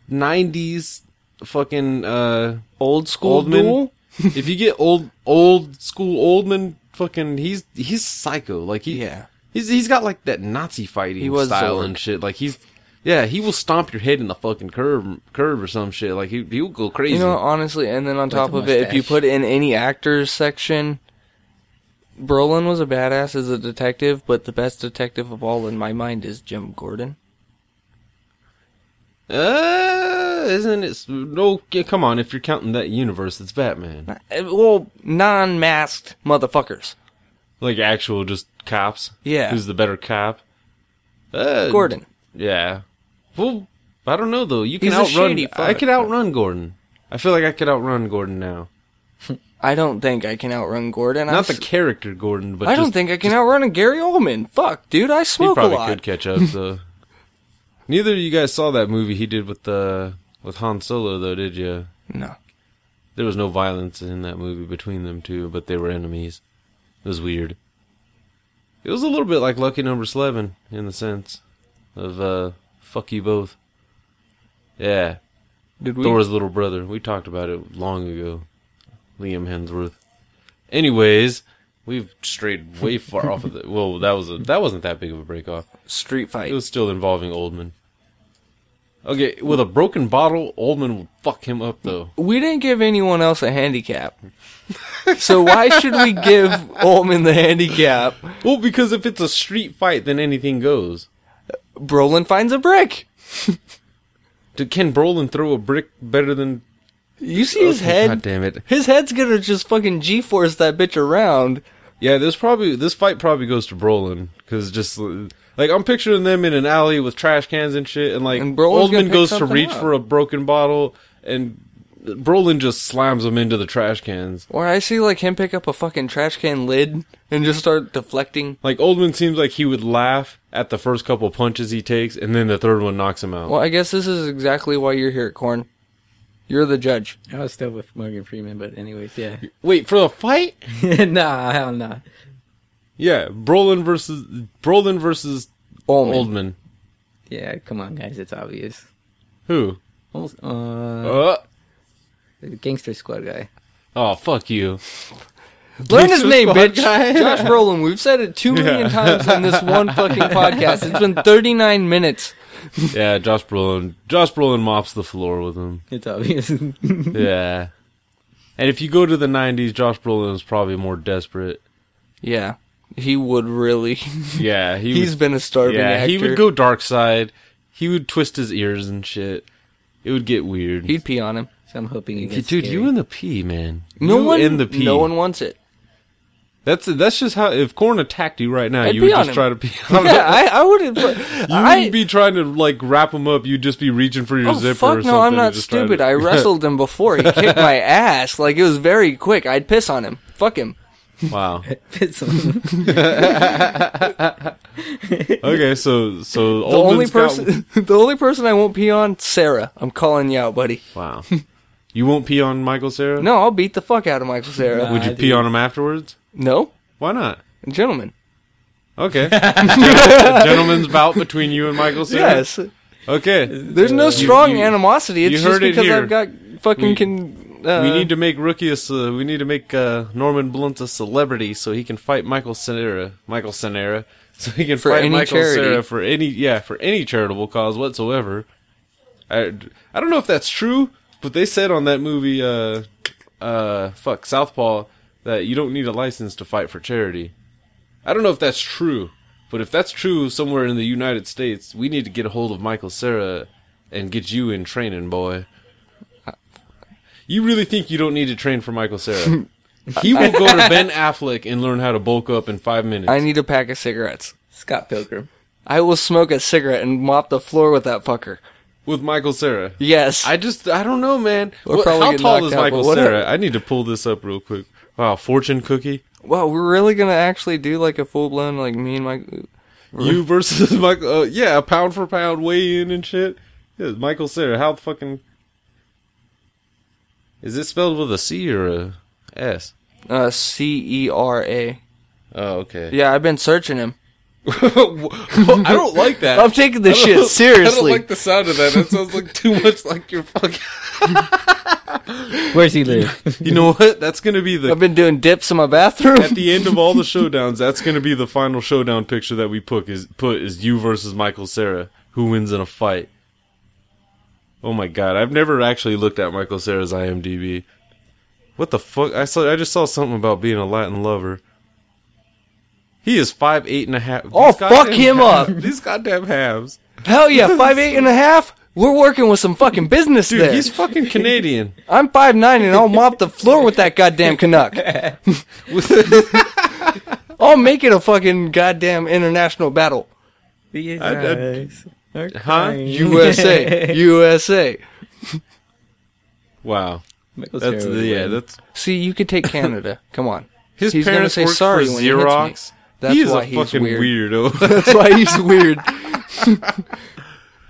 nineties fucking uh,
old school
Oldman.
duel.
if you get old old school Oldman fucking he's he's psycho like he
Yeah.
he's he's got like that Nazi fighting
He was
style
Zorg.
and shit like he's yeah he will stomp your head in the fucking curb curb or some shit like he he'll go crazy
You know, honestly, and then on top
a
of it, if you
mustache.
put in any actors section, Brolin was a badass as a detective, but the best detective of all in my mind is Jim Gordon.
uh, isn't it s- no yeah, come on if you're counting that universe it's Batman
Uh, Well, non-masked motherfuckers.
like actual just cops
Yeah.
who's the better cop uh,
Gordon.
yeah well I don't know though you can
He's a
outrun
shady
I
fuck.
could outrun Gordon I feel like I could outrun Gordon now.
I don't think I can outrun Gordon. I
Not the
s-
character Gordon, but
I don't
just-
think I can outrun a Gary Oldman. Fuck, dude, I
he
smoke a
probably
lot.
could catch up. So neither of you guys saw that movie he did with uh, with Han Solo, though, did you?
No.
There was no violence in that movie between them two, but they were enemies. It was weird. It was a little bit like Lucky Number Eleven in the sense of uh, fuck you both. Yeah,
Did we?
Thor's little brother. We talked about it long ago. Liam Hemsworth. Anyways, we've strayed way far off of the. Well, that was a that wasn't that big of a break off.
Street fight.
It was still involving Oldman. Okay, with a broken bottle, Oldman would fuck him up though.
we didn't give anyone else a handicap. so why should we give Ullman the handicap?
Well, because if it's a street fight, then anything goes.
Brolin finds a brick.
Did Ken Brolin throw a brick better than
You see his
Okay,
head?
God damn it!
His head's gonna just fucking G-force that bitch around.
Yeah, this probably this fight probably goes to Brolin because just like I'm picturing them in an alley with trash cans and shit, and like
And Brolin's gonna
Oldman
pick
goes to
something
reach
up.
for a broken bottle, and Brolin just slams him into the trash cans.
Or I see like him pick up a fucking trash can lid and just start deflecting.
Like Oldman seems like he would laugh at the first couple punches he takes, and then the third one knocks him out.
Well, I guess this is exactly why you're here, Corn. You're the judge.
I was still with Morgan Freeman, but anyways, yeah.
Wait for the fight?
nah, hell no.
Yeah, Brolin versus Brolin versus
Ullman.
Oldman.
Yeah, come on, guys. It's obvious.
Who?
Almost, uh,
Uh,
the Gangster Squad guy.
oh fuck you.
Learn his
Gangster
name,
Squad
bitch. Josh Brolin. We've said it two million times on this one fucking podcast. It's been 39 minutes.
Yeah, Josh Brolin. Josh Brolin mops the floor with him.
It's obvious.
Yeah. And if you go to the 90s, Josh Brolin was probably more desperate.
Yeah. He would really.
Yeah, he
He's
would,
been a starving
yeah
actor.
he would go dark side. He would twist his ears and shit. It would get weird.
He'd pee on him.
So I'm hoping it
Dude,
gets scary.
you in the pee, man.
No
you
one.
in the pee.
No one wants it.
That's that's just how. If Corn attacked you right now,
I'd
you
pee
would
on
just
him.
try to pee on him.
Yeah, I, I wouldn't.
You
I,
wouldn't be trying to like wrap him up. You'd just be reaching for your
Oh
zipper.
fuck
or
no!
something
I'm
and
not
just trying
stupid.
to-
I wrestled him before. He kicked my ass. Like it was very quick. I'd piss on him. Fuck him.
wow.
It's a-
Okay, so so
The only person, the only person I won't pee on, Sarah. I'm calling you out, buddy.
wow. You won't pee on Michael Sarah?
No, I'll beat the fuck out of Michael Sarah.
Would you
I
pee on him afterwards?
No,
Why not?
gentlemen.
Okay. Gentleman's bout between you and Michael Sarah.
Yes,
Okay.
there's no
You-
strong
you-
animosity. It's
you
just
heard it
because
here.
I've got fucking
We-
can. Uh,
we need to make Rookie a. ce- we need to make uh, Norman Blunt a celebrity so he can fight Michael Sarah. Michael Sarah. So he can
For
fight
any
Michael
charity.
Sarah for any yeah for any charitable cause whatsoever. I, I don't know if that's true, but they said on that movie, uh, uh, fuck Southpaw, that you don't need a license to fight for charity. I don't know if that's true, but if that's true somewhere in the United States, we need to get a hold of Michael Sarah and get you in training, boy. You really think you don't need to train for Michael Sarah? he will go to Ben Affleck and learn how to bulk up in five minutes.
I need a pack of cigarettes.
Scott Pilgrim.
I will smoke a cigarette and mop the floor with that fucker.
with Michael Sarah.
Yes.
I just I don't know, man.
We're
What-
probably
how
getting
tall
knocked
is
out,
Michael
but what-
Sarah? I need to pull this up real quick. Wow, fortune cookie.
wow, we're really gonna actually do like a full blown like me and Mike.
You versus Michael. Uh, yeah, pound for pound weigh in and shit. Yeah, Michael Sarah. How fucking is it spelled with a C or a S?
Uh, C E R A.
Oh, okay.
Yeah, I've been searching him.
I don't like that.
I'm taking this
I don't-
shit seriously.
I don't like the sound of that. That sounds like too much like your fucking.
Where's he live?
You know what? That's gonna be the
I've been doing dips in my bathroom.
at the end of all the showdowns, that's going to be the final showdown picture that we put is put is you versus Michael Sarah, who wins in a fight. Oh my god, I've never actually looked at Michael Sarah's IMDb. What the fuck? I saw I just saw something about being a Latin lover. He is five eight and a half.
Oh,
These goddamn
fuck him up.
halves- These goddamn halves,
Hell yeah, five eight and a half. We're working with some fucking business
dude.
there.
He's fucking Canadian.
I'm five nine and I'll mop the floor with that goddamn Canuck. I'll make it a fucking goddamn international battle.
These
I- I-
eyes are
Huh?
crying.
USA, USA.
Wow,
Michael
that's
Cera
the,
would
yeah.
win.
That's
See, you could take Canada. Come on.
his
He's gonna
parents
say
work
sorry
for
when he hits me.
Xerox.
That's
he is
why
a
he's
fucking
weird.
weirdo.
That's why he's weird.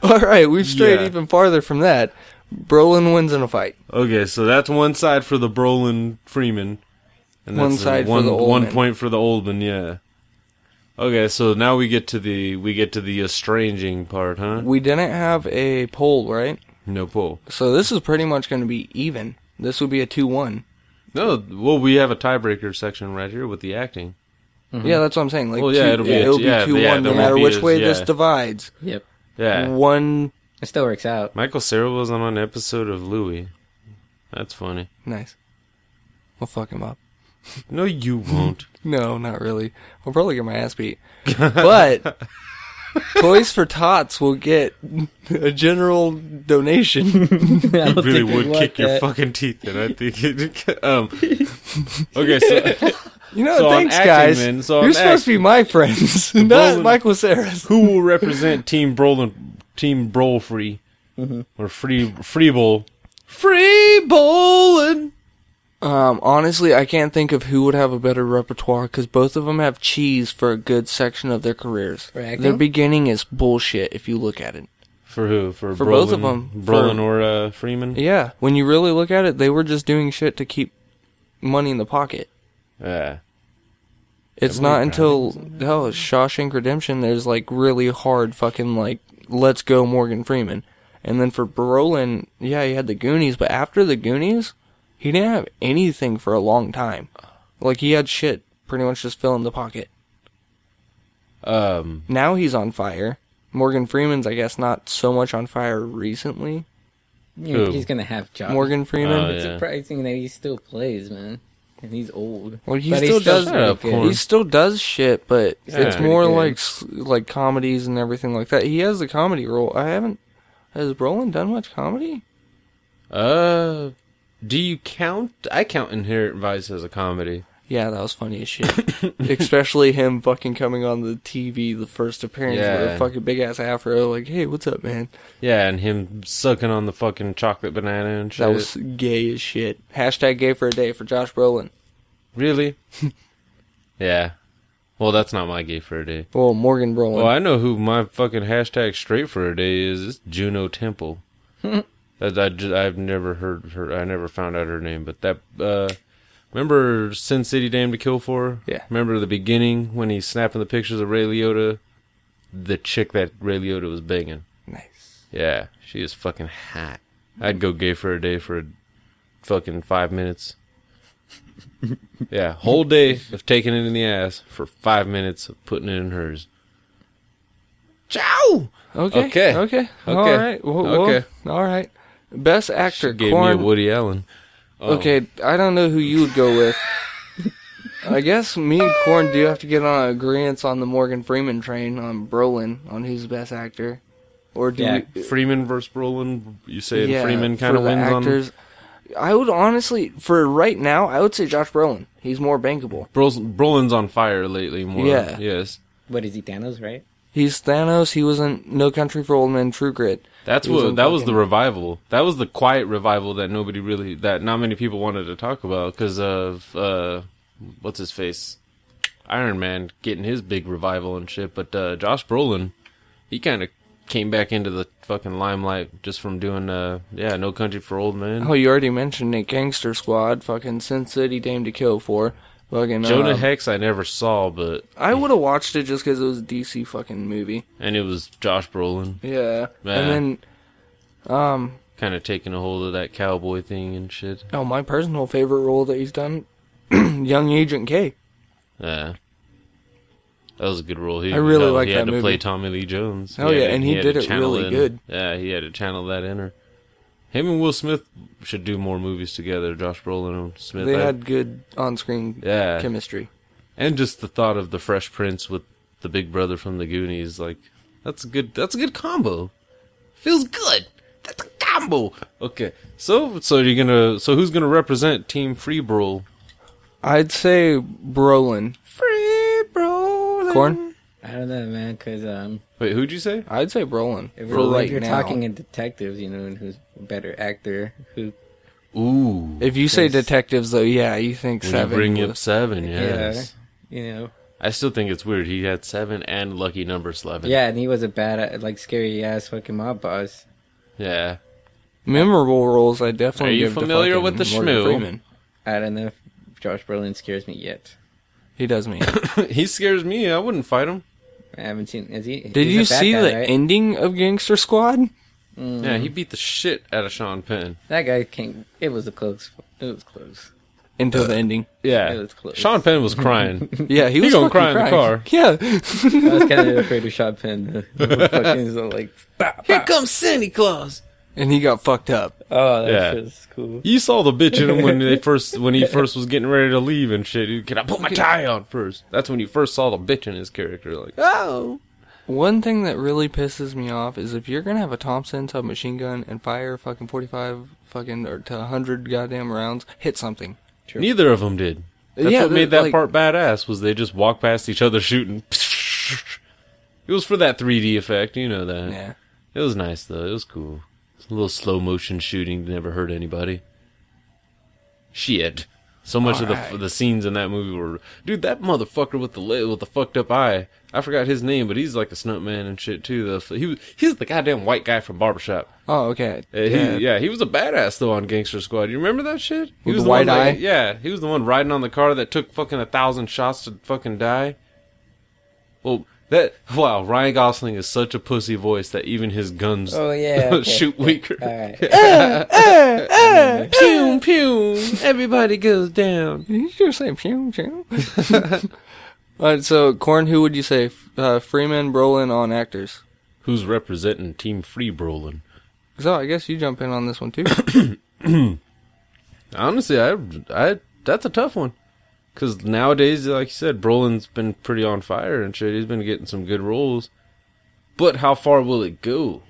All right, we've strayed
Yeah.
even farther from that. Brolin wins in a fight.
Okay, so that's one side for the Brolin Freeman, and
One
that's
side for
one,
the Oldman.
one point for the Oldman. Yeah. Okay, so now we get to the we get to the estranging part, huh?
We didn't have a poll, right?
No poll.
So this is pretty much going to be even. This would be a 2 one
No, well, we have a tiebreaker section right here with the acting.
Yeah, that's what I'm saying. Like,
Mm-hmm. Well, yeah,
two-
it'll be- yeah,
2
yeah,
1
there won't
no matter
be
which
as-
way
yeah.
this divides.
Yep.
Mm.
Yeah,
One.
It still works out.
Michael Cera was on an episode of Louis. That's funny.
Nice. We'll fuck him up.
No, you won't.
No, not really. I'll probably get my ass beat. But Toys for Tots will get a general donation.
you really would kick your fucking teeth in. I think. it- um, okay, so
You know,
So on
thanks,
acting,
guys.
then, so
You're
on
supposed to be my friends, not
Brolin-
Michael Sarah's.
who will represent Team Brolin, Team Brol Free,
Mm-hmm.
or Free Free Bowl? Free Bowlin.
Um, honestly, I can't think of who would have a better repertoire because both of them have cheese for a good section of their careers.
For acting?
Their beginning is bullshit if you look at it.
For who? For,
For
Brolin,
both of 'em.
Brolin
For-
or uh, Freeman?
Yeah, when you really look at it, they were just doing shit to keep money in the pocket.
Yeah.
It's
Emily
not
Browning
until hell, Shawshank Redemption. There's like really hard fucking like let's go Morgan Freeman, and then for Brolin, yeah, he had the Goonies, but after the Goonies, he didn't have anything for a long time. Like he had shit pretty much just fill in the pocket.
Um.
Now he's on fire. Morgan Freeman's, I guess, not so much on fire recently.
You know,
Who?
he's gonna have jobs.
Morgan Freeman,
Oh,
It's
yeah.
surprising that he still plays, man. and he's old.
Well, he
But
still does-
Shut up,
good.
Corn.
He still does shit, but
Yeah.
it's
Pretty
more
good.
like s- like comedies and everything like that. He has the comedy role. I haven't. Has Brolin done much comedy?
Uh, do you count? I count Inherent Vice as a comedy.
Yeah, that was funny as shit. Especially him fucking coming on the TV the first appearance with
Yeah.
a fucking big ass afro. Like, hey, what's up, man?
Yeah, and him sucking on the fucking chocolate banana and shit.
That was gay as shit. Hashtag gay for a day for Josh Brolin.
really. yeah. Well, that's not my gay for a day.
Well, Morgan Brolin.
Well, I know who my fucking hashtag straight for a day is. It's Juno Temple. that I, ju- I've never heard her. I never found out her name, but that. uh Remember Sin City Damn to Kill for?
Yeah.
Remember the beginning when he's snapping the pictures of Ray Liotta, the chick that Ray Liotta was banging.
nice.
Yeah, she is fucking hot. I'd go gay for a day for a fucking five minutes. yeah, whole day of taking it in the ass for five minutes of putting it in hers. Ciao.
Okay.
Okay.
Okay. Okay. All
Okay.
right. Well, well,
Okay.
all right. Best actor.
She gave
Corn.
me a Woody Allen. Oh,
Okay, I don't know who you would go with. I guess me and Corn do have to get on an agreement on the Morgan Freeman train on Brolin on who's the best actor, or do
Yeah.
we,
Freeman versus Brolin. You saying
yeah,
Freeman kind
for
of
the
wins on
actors? I would honestly, for right now, I would say Josh Brolin. He's more bankable.
Brolin, Brolin's on fire lately. More.
Yeah.
Yes.
What is he, Thanos, right?
He's Thanos. He was in No Country for Old Men, True Grit.
That's
He was
what
on
that was the
fucking-
revival. That was the quiet revival that nobody really that not many people wanted to talk about because of uh, what's his face, Iron Man getting his big revival and shit. But uh, Josh Brolin, he kind of came back into the fucking limelight just from doing uh yeah No Country for Old Men.
Oh, you already mentioned it. Gangster Squad, fucking Sin City, Dame to Kill for, fucking
Jonah
um,
Hex I never saw, but
I would have watched it just because it was a DC fucking movie.
and it was Josh Brolin
Yeah,
Yeah.
and then
kind of taking a hold of that cowboy thing and shit.
Oh, my personal favorite role that he's done, Young Agent K.
Yeah. That was a good role. He,
I really
no,
like
He had
that
to play
movie.
Tommy Lee Jones.
Hell
had
yeah,
to-
and he
had
did
to
it
channel
really
in-
good.
Yeah, he had to channel that inner. Him and Will Smith should do more movies together. Josh Brolin and Smith.
They
I-
had good on-screen
yeah,
chemistry.
and just the thought of the Fresh Prince with the Big Brother from the Goonies, like that's a good. That's a good combo. Feels good. That's a combo. Okay, so so you're gonna so who's gonna represent Team Free Brol?
I'd say Brolin.
Free Brolin.
Hmm.
Corn?
I don't know, man, because um,
Wait, who'd you say?
I'd say Brolin.
if
for
we're,
right
if you're
now.
talking in detectives, you know, and who's a better actor, who
Ooh.
If you say
Yes.
detectives, though, yeah, you think
When you
seven.
bring
was-
up seven, yes.
you know,
I still think it's weird. He had seven and lucky number eleven.
yeah, and he was a bad, like, scary ass fucking mob boss.
yeah.
memorable roles, I definitely.
Are you
give to
familiar with
fucking
the
Morgan
Shmoo?
Freeman.
I don't know if Josh Brolin scares me yet.
He does me.
he scares me. I wouldn't fight him.
I haven't seen. Is he?
Did
he's
you
a bad
see
guy,
the
right?
ending of Gangster Squad?
Yeah, he beat the shit out of Sean Penn.
that guy came. It was a close. It was close.
Until the ending.
Yeah,
It was close.
Sean Penn was crying.
Yeah, he was
gonna
fucking
cry in the car.
crying. Yeah.
I was kind of afraid of Sean Penn. though. fucking so like, bah, bah.
comes Santa Claus.
and he got fucked up.
oh, that
Yeah.
shit was cool.
You saw the bitch in him when they first when he first was getting ready to leave and shit. He, Can I put my tie on first? That's when you first saw the bitch in his character. Like, oh,
One thing that really pisses me off is if you're gonna have a Thompson submachine gun and fire fucking 45 fucking or to 100 goddamn rounds, hit something.
neither of them did. That's
Yeah,
what made that
like-
part badass was they just walked past each other shooting. It was for that 3D effect, you know that.
Yeah.
It was nice though. It was cool. It's a little slow motion shooting never hurt anybody. Shit. So much of the
Alright.
the scenes in that movie were, dude. That motherfucker with the le- with the fucked up eye. I forgot his name, but he's like a stuntman and shit too. The f- he was he's the goddamn white guy from Barbershop.
Oh, okay.
Uh,
yeah.
He, yeah, he was a badass though on Gangster Squad. You remember that shit? He
With
was
the
one
white
that-
eye?
yeah, he was the one riding on the car that took fucking a thousand shots to fucking die. Well, that wow, Ryan Gosling is such a pussy voice that even his guns
Oh yeah. Okay.
shoot weaker.
All right.
Pew pew, everybody goes down.
Did you just say pew pew? Alright, so, Corn, who would you say? F- Uh, Freeman, Brolin on actors.
Who's representing Team Free Brolin?
So, I guess you jump in on this one too.
Honestly, I I that's a tough one. Because nowadays, like you said, Brolin's been pretty on fire and shit. He's been getting some good roles. But how far will it go?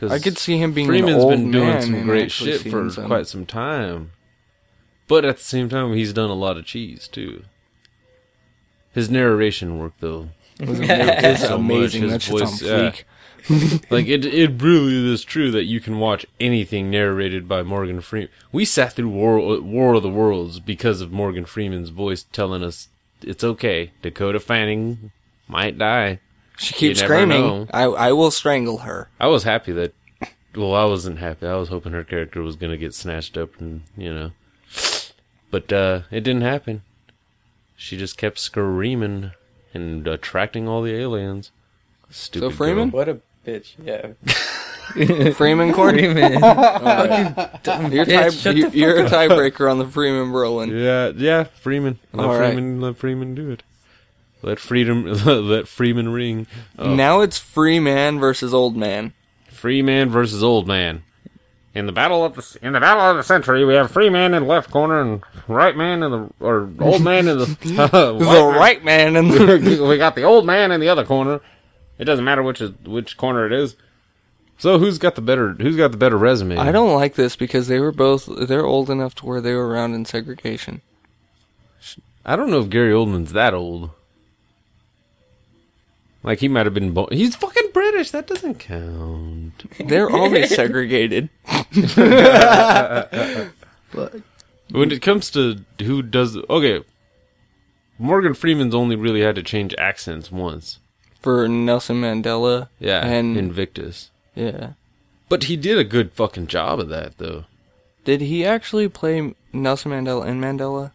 Cause
I could see him being an
Freeman's
old
been doing
man
some
and
great
actually
shit for
seeing some-
quite some time. But at the same time, he's done a lot of cheese too. His narration work, though,
was amazing.
It's so much. His
That shit's
voice,
on
yeah.
fleek.
like it, it really is true that you can watch anything narrated by Morgan Freeman. We sat through War, War of the Worlds because of Morgan Freeman's voice telling us it's okay. Dakota Fanning might die.
She keeps
never
screaming.
know.
I I will strangle her.
I was happy that. Well, I wasn't happy. I was hoping her character was gonna get snatched up, and you know, but uh, it didn't happen. She just kept screaming and attracting all the aliens. Stupid. girl.
Freeman?
What a bitch. Yeah.
Freeman Corn.
Freeman.
You're,
Bitch,
tie,
shut
you, you're a tiebreaker on the Freeman Brolin.
Yeah, yeah, Freeman. Let
All right.
Freeman let Freeman do it. Let freedom let Freeman ring. Oh,
Now it's free man versus old man.
Free man versus old man.
In the battle of the in the battle of the century, we have free man in left corner and right man in the or old man in the.
The right man and the
we got the old man in the other corner. It doesn't matter which is, which corner it is.
So who's got the better who's got the better resume?
I don't like this because they were both they're old enough to where they were around in segregation.
I don't know if Gary Oldman's that old. Like he might have been born. He's fucking British. That doesn't count.
They're always segregated.
When it comes to who does okay, Morgan Freeman's only really had to change accents once.
For Nelson Mandela.
Yeah,
And
Invictus.
yeah.
But he did a good fucking job of that though.
Did he actually play Nelson Mandela in Mandela?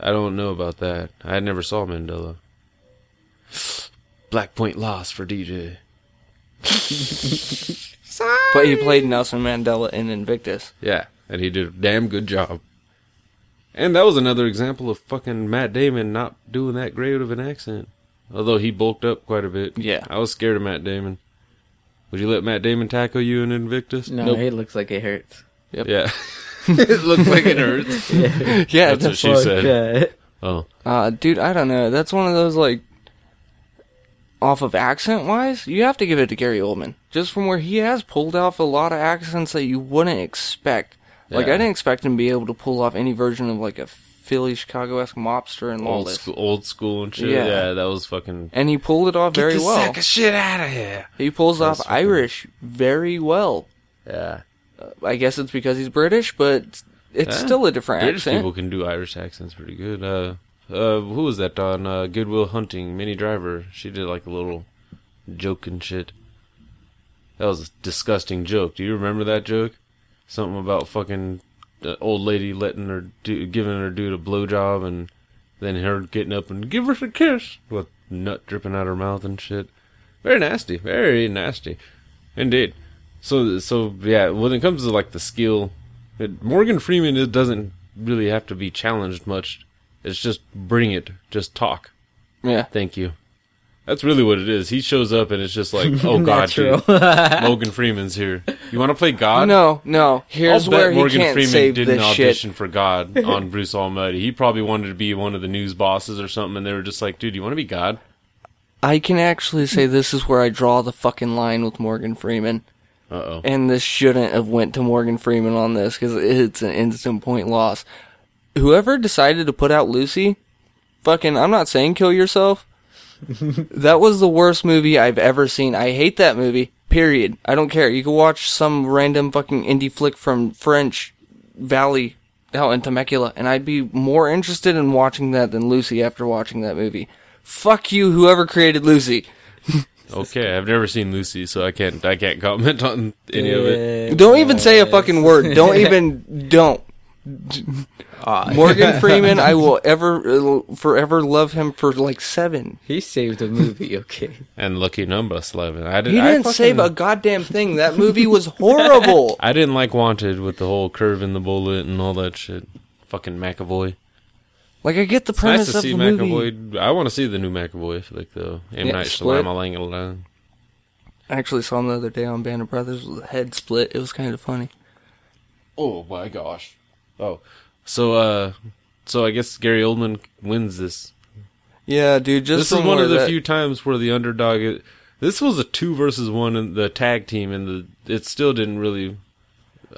I don't know about that. I never saw Mandela. Black Point lost for DJ.
But he played Nelson Mandela in Invictus.
Yeah, and he did a damn good job. And that was another example of fucking Matt Damon not doing that great of an accent. Although he bulked up quite a bit.
Yeah.
I was scared of Matt Damon. Would you let Matt Damon tackle you in Invictus?
No, it looks like it hurts.
Yeah. it looks like it hurts.
Yeah,
That's what she said. Oh.
Uh, dude, I don't know. That's one of those like, off of accent wise, you have to give it to Gary Oldman. Just from where he has pulled off a lot of accents that you wouldn't expect. Like
Yeah.
I didn't expect him to be able to pull off any version of like a Philly Chicago esque mobster and
Old
lawless.
school, old school and shit.
Yeah.
Yeah, that was fucking.
And he pulled it off very
Get the
well.
sack of shit out of here.
He pulls off
fucking-
Irish very well.
Yeah.
I guess it's because he's British, but it's- it's
Yeah.
still a different
British
accent.
people can do Irish accents pretty good. Uh, uh, who was that on uh, Goodwill Hunting? Minnie Driver. She did like a little joke and shit. That was a disgusting joke. Do you remember that joke? Something about fucking the old lady letting her do, giving her dude a blowjob, and then her getting up and give her a kiss with nut dripping out her mouth and shit. Very nasty. Very nasty. Indeed. So so yeah, when it comes to like the skill, it, Morgan Freeman it doesn't really have to be challenged much. It's just bring it, just talk.
Yeah.
Thank you. That's really what it is. He shows up and it's just like, oh god, dude, Morgan Freeman's here. You want to play God?
No, no. Here's
I'll
where
bet
he
Morgan
can't
Freeman
save
didn't
this shit.
audition for God on Bruce Almighty. He probably wanted to be one of the news bosses or something, and they were just like, dude, you want to be God?
I can actually say this is where I draw the fucking line with Morgan Freeman,
Uh oh.
and this shouldn't have went to Morgan Freeman on this because it's an instant point loss. Whoever decided to put out Lucy, fucking, I'm not saying kill yourself. that was the worst movie I've ever seen. I hate that movie. Period. I don't care. You can watch some random fucking indie flick from French Valley out in Temecula, and I'd be more interested in watching that than Lucy after watching that movie. Fuck you, whoever created Lucy.
Okay, I've never seen Lucy, so I can't I can't comment on any of it.
Don't even say a fucking word. Don't even don't.
Ah.
Morgan Freeman, I will ever uh, forever love him for like seven.
He saved the movie, okay.
And lucky number eleven. I didn't.
He
I
didn't
fucking-
save a goddamn thing. That movie was horrible.
I didn't like Wanted with the whole curve in the bullet and all that shit. Fucking McAvoy.
Like I get the
Nice
premise
to
of
see
the movie.
McAvoy. I want to see the new McAvoy flick though. M
Yeah,
Night
Split.
Shyamalan.
I actually saw him the other day on Band of Brothers with a head split. It was kind of funny.
Oh my gosh. Oh, So, uh, so I guess Gary Oldman wins this.
Yeah, dude. Just
this
from
is one
where
of the
that-
few times where the underdog. i- This was a two versus one in the tag team, and the it still didn't really.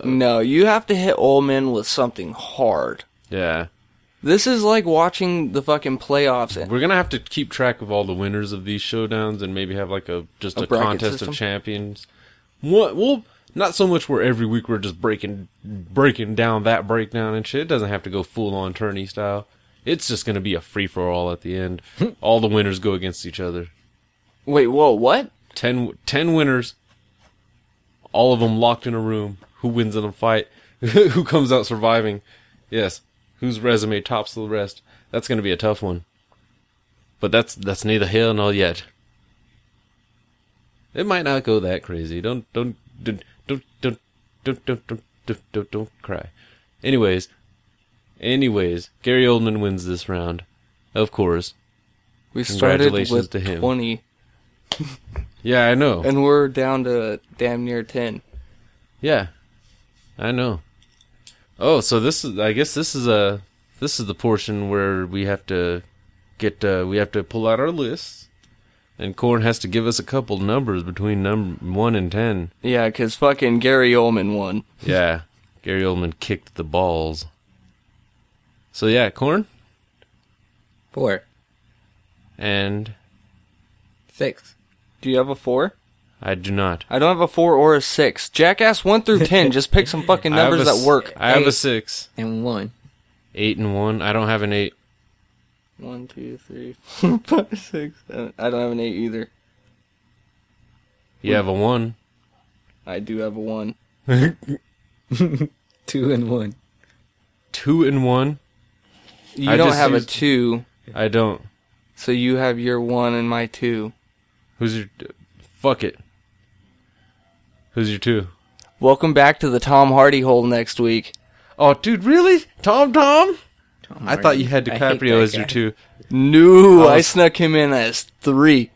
No, you have to hit Oldman with something hard.
Yeah,
This is like watching the fucking playoffs. And,
we're gonna have to keep track of all the winners of these showdowns, and maybe have like a just
A
a,
bracket
contest
system?
of champions. What? Well, not so much where every week we're just breaking breaking down that breakdown and shit. It doesn't have to go full on tourney style. It's just gonna be a free for all at the end. all the winners go against each other.
wait, whoa, what?
10, 10 winners, all of them locked in a room. Who wins in a fight? Who comes out surviving? Yes. Whose resume tops the rest? That's going to be a tough one. But that's that's neither here nor yet. It might not go that crazy. Don't don't don't don't don't don't don't don't don't, don't, don't cry. Anyways, anyways, Gary Oldman wins this round, of course.
We started
Congratulations
with
to him.
twenty,
Yeah, I know.
and we're down to damn near ten.
Yeah, I know. Oh, so this is. I guess this is a. This is the portion where we have to get. Uh, we have to pull out our lists, and Corn has to give us a couple numbers between number one and ten.
Yeah, because fucking Gary Oldman won.
Yeah, Gary Oldman kicked the balls. So yeah, Corn
Four.
and
Six.
Do you have a four?
I do not.
I don't have a four or a six. Jackass one through ten. Just pick some fucking
I have
numbers
a
that
s-
work.
I have a
Eight.
six,
And one.
eight, and one. I don't have an eight.
One, two, three, four, five, six, seven. I don't have an eight either. Hmm.
You have a one.
I do have a one.
Two and one.
Two and one.
You
I
don't
just
have a
used-
two,
I don't.
so you have your one and my two.
Who's your fuck it? Who's your two?
Welcome back to the Tom Hardy hole next week.
Oh, dude, really? Tom, Tom?
Tom
I thought you had
Hardy. I hate
DiCaprio
that
as your
guy.
two.
No, I
was-
snuck him in as three.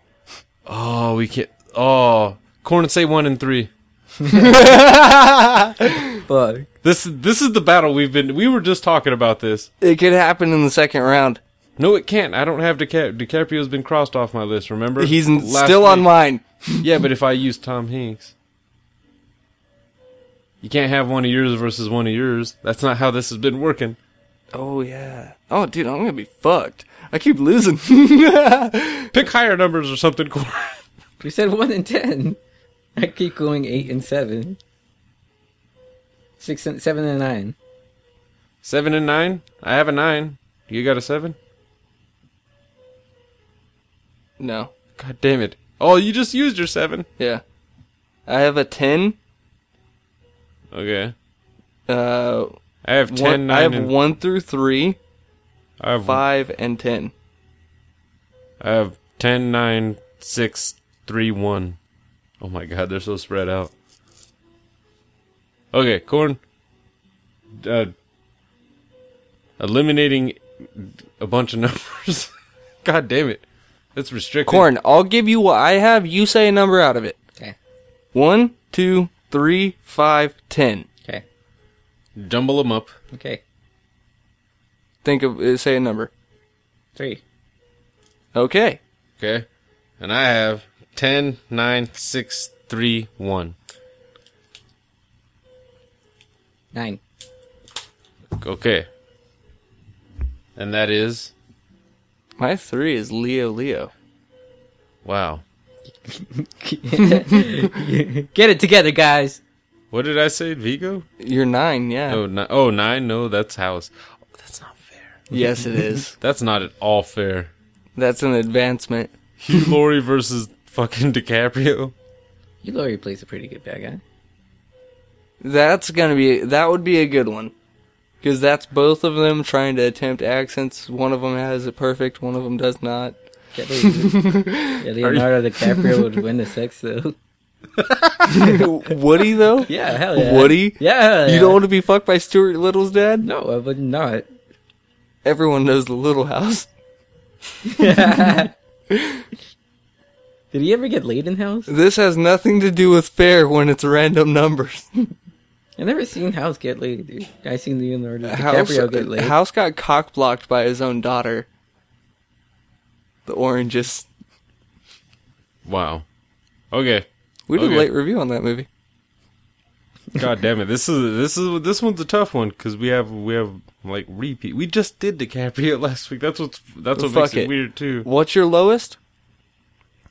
Oh, we can't. Oh, Corn say one and three.
Fuck.
This this is the battle we've been. We were just talking about this.
It could happen in the second round.
No, it can't. I don't have DiCap- DiCaprio's been crossed off my list. Remember,
He's n-
Last
still on
week.
mine.
Yeah, but if I use Tom Hanks, you can't have one of yours versus one of yours. That's not how this has been working.
Oh yeah. Oh dude, I'm gonna be fucked. I keep losing.
Pick higher numbers or something, Corn.
You said one and ten. I keep going eight and seven. Six and seven and nine.
Seven and nine. I have a nine. You got a seven?
no.
God damn it. Oh, you just used your seven.
Yeah. I have a ten.
Okay.
Uh,
I have ten,
one,
nine,
I have
and
one through three,
I have,
five, and ten.
I have ten, nine, six, three, one. Oh my god, they're so spread out. Okay, corn. Uh, eliminating a bunch of numbers. god damn it. That's restricted.
Corn, I'll give you what I have. You say a number out of it.
Okay.
One, two, three, five, ten.
Okay.
Jumble them up.
Okay.
Think of uh, say a number.
Three.
Okay.
Okay. And I have 10, 9, 6, 3, 1.
Nine.
Okay. And that is.
My three is Leo Leo.
Wow.
Get it together, guys.
What did I say? Vigo?
You're nine, yeah.
Oh, ni- oh nine? No, that's house. Oh, that's not fair.
Yes, it is.
That's not at all fair.
That's an advancement.
Hugh Laurie versus fucking DiCaprio.
You Laurie plays a pretty good bad guy.
That's gonna be that would be a good one, because that's both of them trying to attempt accents. One of them has it perfect. One of them does not.
Yeah, Leonardo DiCaprio would win the sex though.
Woody though,
Yeah, hell yeah.
Woody?
Yeah. hell
you
yeah.
don't want to be fucked by Stuart Little's dad.
No, I would not.
Everyone knows the Little House.
Did he ever get laid in house?
This has nothing to do with fair when it's random numbers.
I never seen House get laid, dude. I seen Leonardo
House,
uh,
DiCaprio get laid.
House got cock blocked by his own daughter. The oranges.
Wow. Okay.
We did
Okay.
a late review on that movie.
God damn it. This is this is this one's a tough one because we have we have like repeat. We just did DiCaprio last week. That's what's that's what
Fuck
makes it
it.
weird too.
What's your lowest?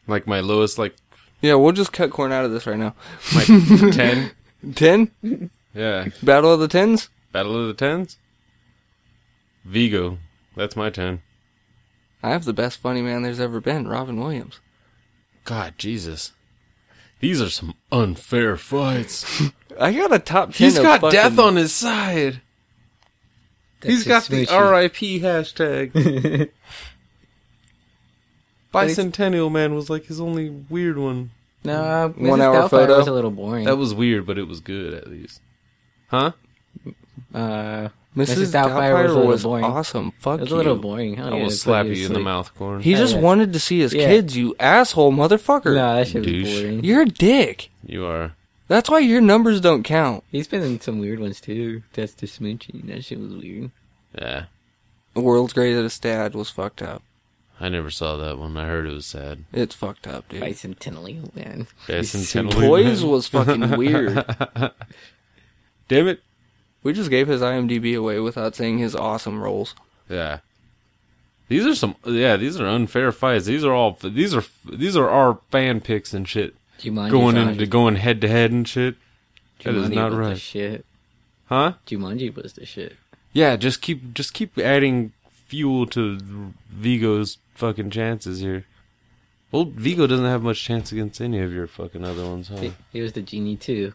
Like my lowest like
Yeah, we'll just cut corn out of this right now.
my ten.
Ten?
Yeah.
Battle of the Tens?
Battle of the Tens. Vigo. That's my ten.
I have the best funny man there's ever been, Robin Williams.
God Jesus. These are some unfair fights.
I got a top ten.
He's
of
got
fucking-
death on his side. He's got
That's
the
just smushy.
RIP hashtag. Bicentennial Man was like his only weird one.
No,
One
Mrs.
hour
Doubtfire
photo.
was a little boring.
That was weird, but it was good at least. Huh?
uh,
Mrs.
Mrs. Doubtfire was a
Doubtfire
little
was,
boring.
awesome. Fuck
it was
you.
a little boring. Huh?
I will slap you in the mouth, Corn.
He just
Yeah.
wanted to see his
Yeah.
kids, you asshole motherfucker.
No, that shit was
Douche.
boring.
You're a dick.
you are.
That's why your numbers don't count.
He's been in some weird ones too. That's the smoochie. That shit was weird.
Yeah.
The world's greatest dad was fucked up.
I never saw that one. I heard it was sad.
It's fucked up, dude.
Bicentennial man.
Bicentennial
Toys
Man.
was fucking weird.
Damn it.
We just gave his IMDb away without saying his awesome roles.
Yeah. These are some. Yeah, these are unfair fights. These are all. These are. These are our fan picks and shit.
Jumanji
going
was-
into going head to head and shit. That is
Jumanji
not
was The
right.
shit.
Huh?
Jumanji was the shit.
Yeah, just keep just keep adding fuel to Vigo's fucking chances here. Well, Vigo doesn't have much chance against any of your fucking other ones, huh?
He, he was the genie too.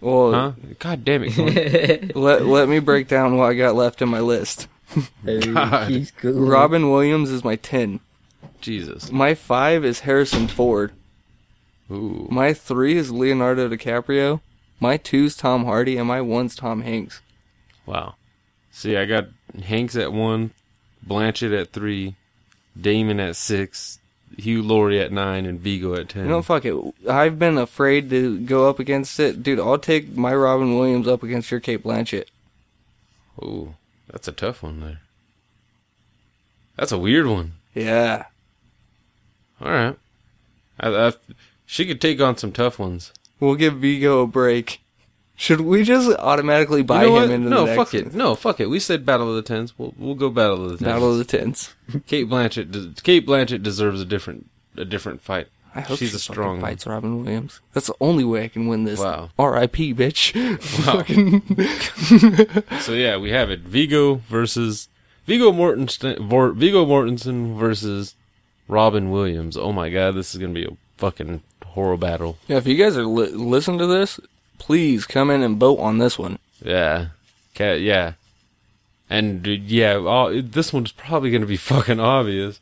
Well,
Huh? God damn it! Corn.
let let me break down what I got left in my list.
God.
He's good.
Robin Williams is my ten.
Jesus.
My five is Harrison Ford.
Ooh.
My three is Leonardo DiCaprio. My two's Tom Hardy, and my one's Tom Hanks.
Wow. See, I got Hanks at one, Blanchett at three, Damon at six, Hugh Laurie at nine, and Vigo at ten.
You know, fuck it. I've been afraid to go up against it, dude. I'll take my Robin Williams up against your Kate Blanchett.
Ooh, that's a tough one there. That's a weird one.
Yeah,
All right. I, I, she could take on some tough ones.
we'll give Vigo a break. Should we just automatically buy
You know
him
what?
into
no,
the next
fuck it. No, fuck it. We said Battle of the Tens. We'll we'll go Battle of the Tens.
Battle of the Tens?
Kate Blanchett. des- Kate Blanchett deserves a different a different fight.
I hope
she's
she
a strong. one.
fucking fights Robin Williams. That's the only way I can win this.
Wow.
R.I.P. Bitch.
So yeah, we have it. Vigo versus Vigo Mortensen. Vor, Vigo Mortensen versus Robin Williams. Oh my god, this is gonna be a fucking horror battle.
yeah, if you guys are li- listen to this, please come in and vote on this one.
Yeah. Ca yeah. And dude, yeah, all, this one's probably going to be fucking obvious.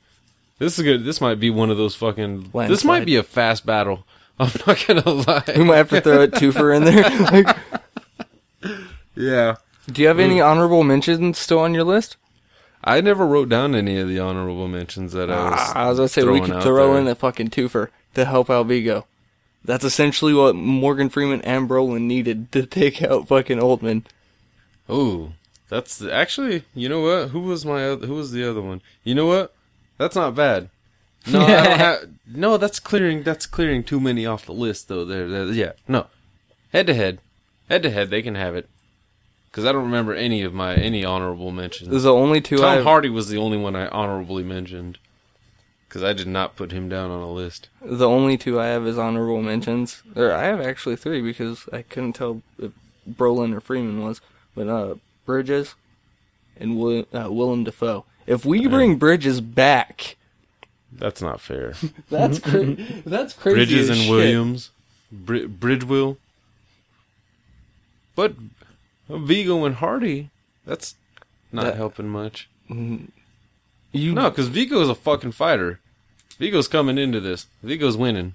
This is good. This might be one of those fucking. This
Landslide.
might be a fast battle. I'm not going to
We
lie.
might have to throw a twofer in there. Like,
Yeah.
do you have any honorable mentions still on your list?
I never wrote down any of the honorable mentions that I was.
Ah, I was gonna say we
throwing
could
out
throw
there.
in a fucking twofer to help out Vigo. That's essentially what Morgan Freeman and Brolin needed to take out fucking Oldman.
Oh, that's actually. You know what? Who was my? oth- Who was the other one? You know what? That's not bad. No, I don't have, no, that's clearing. That's clearing too many off the list, though. There, there yeah, no. Head to head, head to head, they can have it. Because I don't remember any of my any honorable mentions.
This is the only two
Tom
I
Hardy was the only one I honorably mentioned. Because I did not put him down on a list.
the only two I have is honorable mentions. Or I have actually three because I couldn't tell if Brolin or Freeman was, but uh, Bridges and William, uh, Willem Dafoe. If we bring Bridges back,
That's not fair.
that's cra- that's crazy.
Bridges
as
and
shit.
Williams, Bri- Bridgewill. But Vigo and Hardy, that's not
That-
helping much.
You
No, because Vigo's a fucking fighter. Vigo's coming into this. Vigo's winning.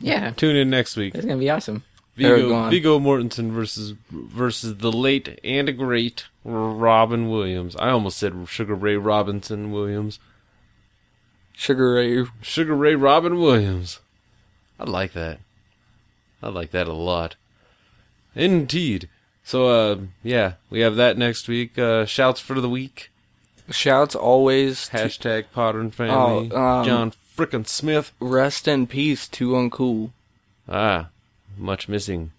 Yeah,
Tune in next week.
that's gonna be awesome.
Vigo,
Aragon.
Vigo Mortensen versus versus the late and great Robin Williams. I almost said Sugar Ray Robinson Williams.
Sugar Ray
Sugar Ray Robin Williams. I like that. I like that a lot. Indeed. So uh, yeah, we have that next week. Uh, shouts for the week.
Shouts always. to-
Hashtag Potter and Family.
Oh, um,
John frickin' Smith.
rest in peace to Uncool.
Ah, much missing.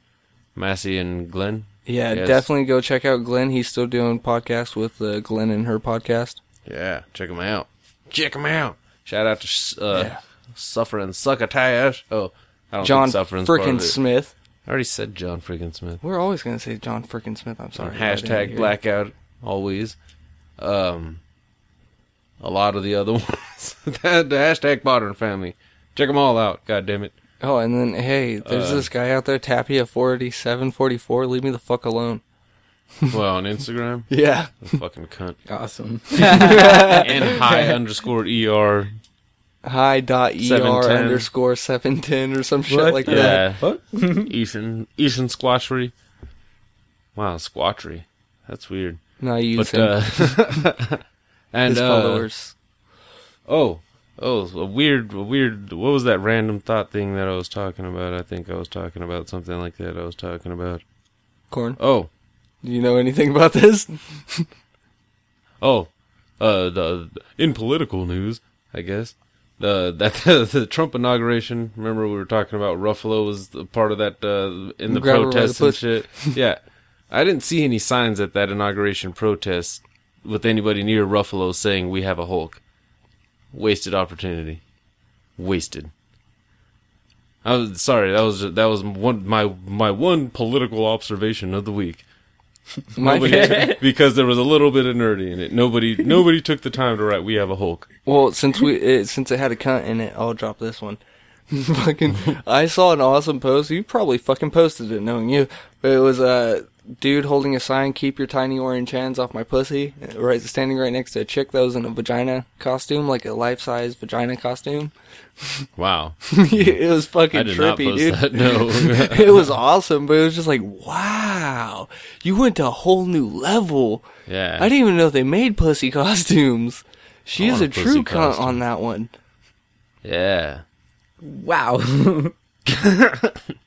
Massey and Glenn.
Yeah,
Yes.
definitely go check out Glenn. He's still doing podcasts with uh, Glenn and her podcast.
Yeah, check them out. Check them out. Shout out to uh, Suffering Succotash. Oh, I don't
John
think Suffering's part of
Frickin'
it.
Smith.
I already said John frickin' Smith.
We're always gonna say John Frickin' Smith. I'm
on
sorry. I didn't
hashtag
hear
blackout always. Um, a lot of the other ones. that, the hashtag modern family. Check them all out. God damn it.
you. Oh, and then hey, there's
Uh,
this guy out there, Tapia forty seven forty four. Leave me the fuck alone.
Well, on Instagram,
Yeah.
fucking cunt.
Awesome.
And high underscore er.
Hi dot er
710.
underscore seven ten or some shit
What
like
the
that.
Yeah.
fuck?
Ethan Ethan Squatchery. Wow, Squatchery. That's weird.
No, you
But
him.
uh, and
his
uh,
followers.
Oh, oh, a weird, a weird. What was that random thought thing that I was talking about? I think I was talking about something like that. I was talking about.
Corn.
Oh,
Do you know anything about this?
oh, uh, the in political news, I guess. The that the, Trump inauguration. Remember, we were talking about Ruffalo was the part of that uh, in the
Grab her by the
protests and
pussy.
shit. Yeah, I didn't see any signs at that inauguration protest with anybody near Ruffalo saying we have a Hulk. Wasted opportunity. Wasted. I was sorry. That was that was one my my one political observation of the week.
My
Nobody- because there was a little bit of nerdy in it. Nobody nobody took the time to write "We have a Hulk."
Well, since we it, since it had a cunt in it, I'll drop this one. fucking, I saw an awesome post. You probably fucking posted it, knowing you. But it was a dude holding a sign: "Keep your tiny orange hands off my pussy." uh, Right, standing right next to a chick that was in a vagina costume, like a life-size vagina costume.
Wow,
it was fucking
I did not
trippy,
post
dude.
that. No,
it was awesome, but it was just like, wow, you went to a whole new level.
yeah,
I didn't even know they made pussy costumes. She
I
is
want
a
a pussy
true cunt
costume.
on that one.
yeah.
Wow.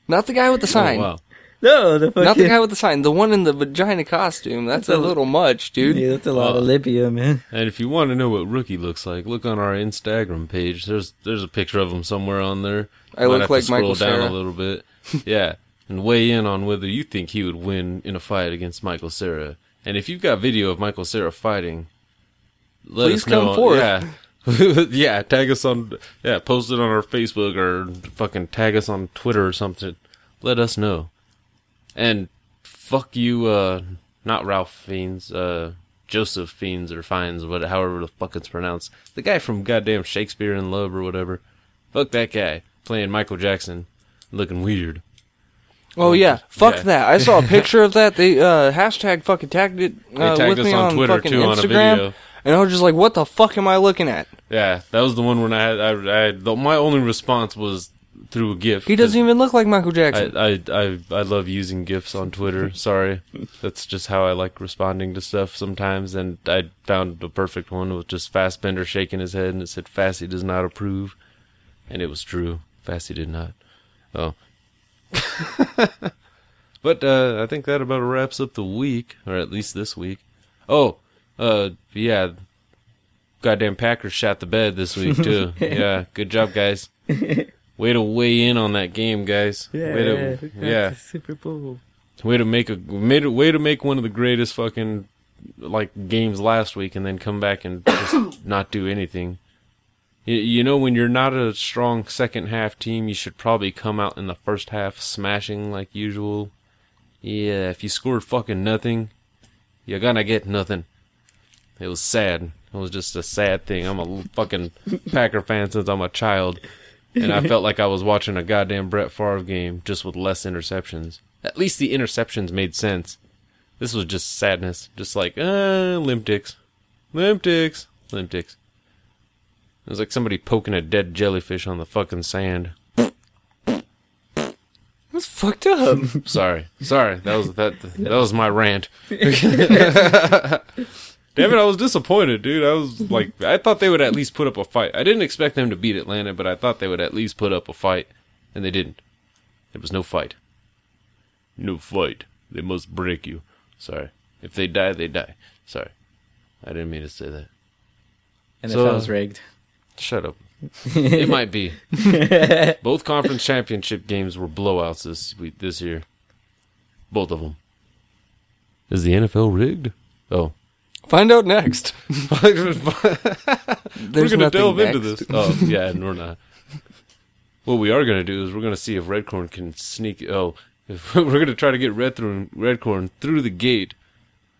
Not the guy with the sign.
Oh, wow.
no, the fucking.
Not the guy with the sign. The one in the vagina costume. That's a little much, dude.
Yeah, that's a lot of Libya, man.
And if you want to know what Rookie looks like, look on our Instagram page. There's there's a picture of him somewhere on there.
I look
have to
like
scroll
Michael
down
Cera.
a little bit. Yeah, and weigh in on whether you think he would win in a fight against Michael Sarah. And if you've got video of Michael Sarah fighting, let
Please
us know.
come forth.
Yeah. yeah, tag us on yeah, post it on our Facebook or fucking tag us on Twitter or something. Let us know. And fuck you, uh, not Ralph Fiennes, uh, Joseph Fiennes or Fiennes, what, however the fuck it's pronounced. The guy from goddamn Shakespeare in Love or whatever. Fuck that guy playing Michael Jackson, looking weird.
Oh yeah, fuck
Yeah.
that. I saw a picture of that. They uh, hashtag fucking tagged it uh,
tagged
with
us
me
on
on,
Twitter,
fucking
too, on a
Instagram,
video.
and I was just like, "What the fuck am I looking at?"
Yeah, that was the one when I had, I, I had- the, my only response was through a GIF.
He doesn't even look like Michael Jackson.
I, I I I love using gifs on Twitter. Sorry, that's just how I like responding to stuff sometimes. And I found the perfect one with just Fassbender shaking his head, and it said Fassy does not approve, and it was true. Fassy did not. Oh, but uh, I think that about wraps up the week, or at least this week. Oh, uh, yeah. Goddamn Packers shot the bed this week too. yeah, good job, guys. Way to weigh in on that game, guys. Yeah, way to, yeah.
Super Bowl.
Way to make a made a, way to make one of the greatest fucking like games last week, and then come back and just not do anything. You, you know, when you're not a strong second half team, you should probably come out in the first half smashing like usual. Yeah, if you scored fucking nothing, you're gonna get nothing. It was sad. It was just a sad thing. I'm a l- fucking Packer fan since I'm a child, and I felt like I was watching a goddamn Brett Favre game just with less interceptions. At least the interceptions made sense. This was just sadness. Just like, uh, limp dicks. Limp dicks. Limp dicks. It was like somebody poking a dead jellyfish on the fucking sand.
That's fucked up.
Sorry, sorry. That was that. That was my rant. Damn it! I was disappointed, dude. I was like, I thought they would at least put up a fight. I didn't expect them to beat Atlanta, but I thought they would at least put up a fight, and they didn't. There was no fight. No fight. They must break you. Sorry. If they die, they die. Sorry. I didn't mean to say that.
NFL's rigged.
Shut up. it might be. Both conference championship games were blowouts this week, this year. Both of them. Is the NFL rigged? Oh.
Find out next. There's
we're going to
nothing
delve into
next.
this. Oh, yeah, and we're not. What we are going to do is we're going to see if Redcorn can sneak. Oh, if we're going to try to get Red through, Redcorn through the gate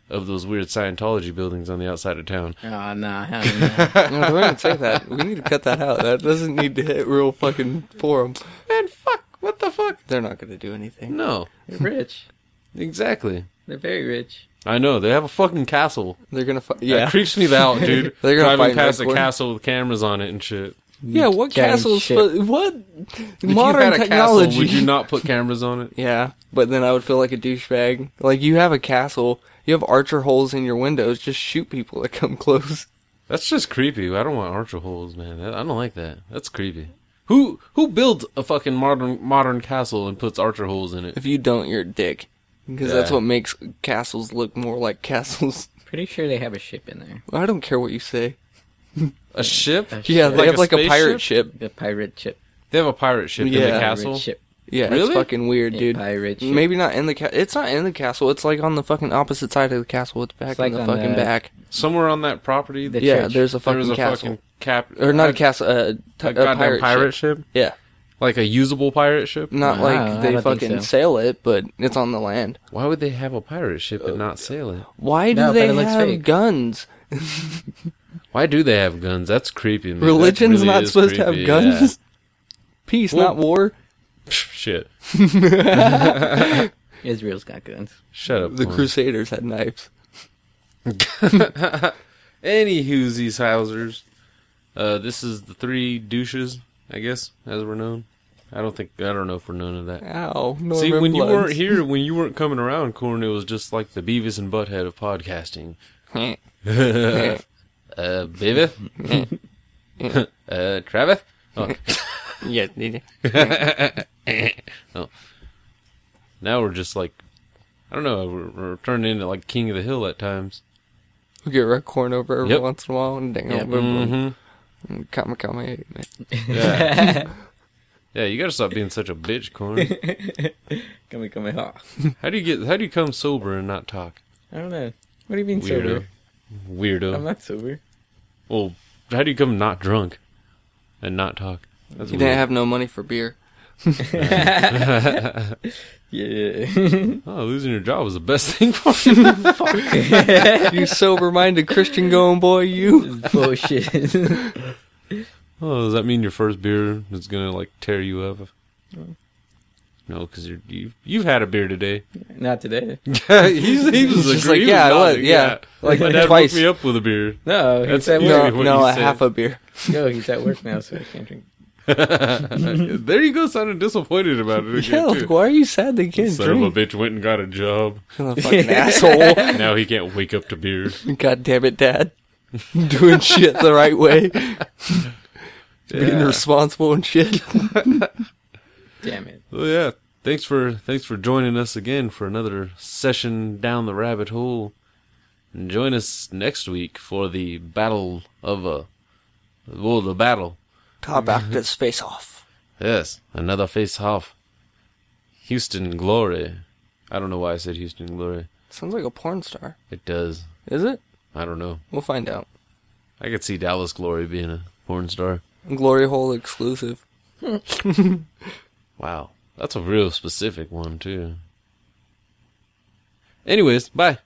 of those weird Scientology buildings on the outside of town.
Oh, nah. hell no.
No, don't even say that. We need to cut that out. That doesn't need to hit real fucking forum.
Man, fuck! What the fuck?
They're not going to do anything.
No,
They're rich.
exactly.
They're very rich.
I know they have a fucking castle.
They're going to fu-
Yeah,
yeah.
that creeps me out, dude.
They're gonna
driving
fight
past a
Redcorn.
castle with cameras on it and shit.
Yeah, what
Gang
castles?
shit.
But what
If
modern
you had a
technology?
castle, would you not put cameras on it?
Yeah, but then I would feel like a douchebag. Like you have a castle, you have archer holes in your windows. Just shoot people that come close.
That's just creepy. I don't want archer holes, man. That- I don't like that. That's creepy. Who who builds a fucking modern modern castle and puts archer holes in it?
If you don't, you're a dick. Because that's
Yeah.
what makes castles look more like castles.
Pretty sure they have a ship in there.
I don't care what you say.
A ship?
A ship.
Yeah, they
Like
have
a
like a pirate ship.
The pirate ship.
They have a pirate ship in the
Yeah.
castle.
Pirate ship.
Yeah,
Really?
it's fucking weird,
Yeah,
dude.
pirate ship.
Maybe not in the ca- it's not in the castle. It's like on the fucking opposite side of the castle. It's back
It's
in
like
the
on
fucking
the-
back.
Somewhere on that property,
The
Yeah,
church.
there's a
there
fucking
was a
castle.
fucking cap
or not a
a-
castle, a, t-
a,
a
goddamn pirate,
pirate, ship.
ship.
Yeah,
like a usable pirate ship.
not
Wow, I
like they
don't think
fucking
so.
sail it, but it's on the land.
Why would they have a pirate ship and
Uh,
not sail it?
Why do
No, but
they
it looks
have
fake.
guns?
Why do they have guns? That's creepy. Man. That
Religion's
really
not
is
supposed to
creepy,
have guns. Peace,
Well-
not war.
yeah. Shit,
Israel's got guns.
shut up.
The
Juan.
Crusaders had knives.
Any these Housers. Uh, this is the three douches, I guess, as we're known. I don't think I don't know if we're known of that.
Ow! Norman
See, when you
Bloods.
weren't here, when you weren't coming around, Corn, it was just like the Beavis and Butthead of podcasting. Uh, Beavis, uh, Travis. Oh,
yeah,
now we're just like, I don't know, we're, we're turned into like King of the Hill at times.
we get red corn over every
Yep.
once in a while, and dang,
Yeah.
Mhm.
mm come, come, hey, man.
Yeah. yeah, you gotta stop being such a bitch, Corn.
Come here, come here. Ah.
How do you get? How do you come sober and not talk?
I don't know. What do you mean
Weirdo.
sober?
Weirdo.
I'm not sober.
Well, how do you come not drunk and not talk? That's
You
weird.
didn't have no money for beer.
Yeah.
oh, losing your job was the best thing for you.
you sober-minded Christian going boy, you.
Bullshit.
oh, does that mean your first beer is gonna like tear you up? No, because you're you you've had a beer today.
not today.
He's- he was
Just
agree-
like,
he
yeah, I
nodding,
was, yeah. Like,
my dad
twice.
woke me up with a beer.
No, he
That's
said
usually
No,
work.
what
no,
you
a
say.
half a beer.
No, he's at work now, so he can't drink.
there you go, sounding disappointed about it
Yeah,
again
like,
too.
why are you sad they can't
Son
drink?
of a bitch went and got a job.
fucking asshole.
Now he can't wake up to beer.
God damn it, Dad. Doing shit the right way. Being responsible and shit.
Damn it.
Well, yeah. Thanks for thanks for joining us again for another session down the rabbit hole. And join us next week for the battle of a well, the battle.
Top actors face off.
Yes, another face off. Houston Glory. I don't know why I said Houston Glory.
Sounds like a porn star.
It does.
Is it?
I don't know.
We'll find out.
I could see Dallas Glory being a porn star.
Glory hole exclusive.
Wow, that's a real specific one too. Anyways, bye.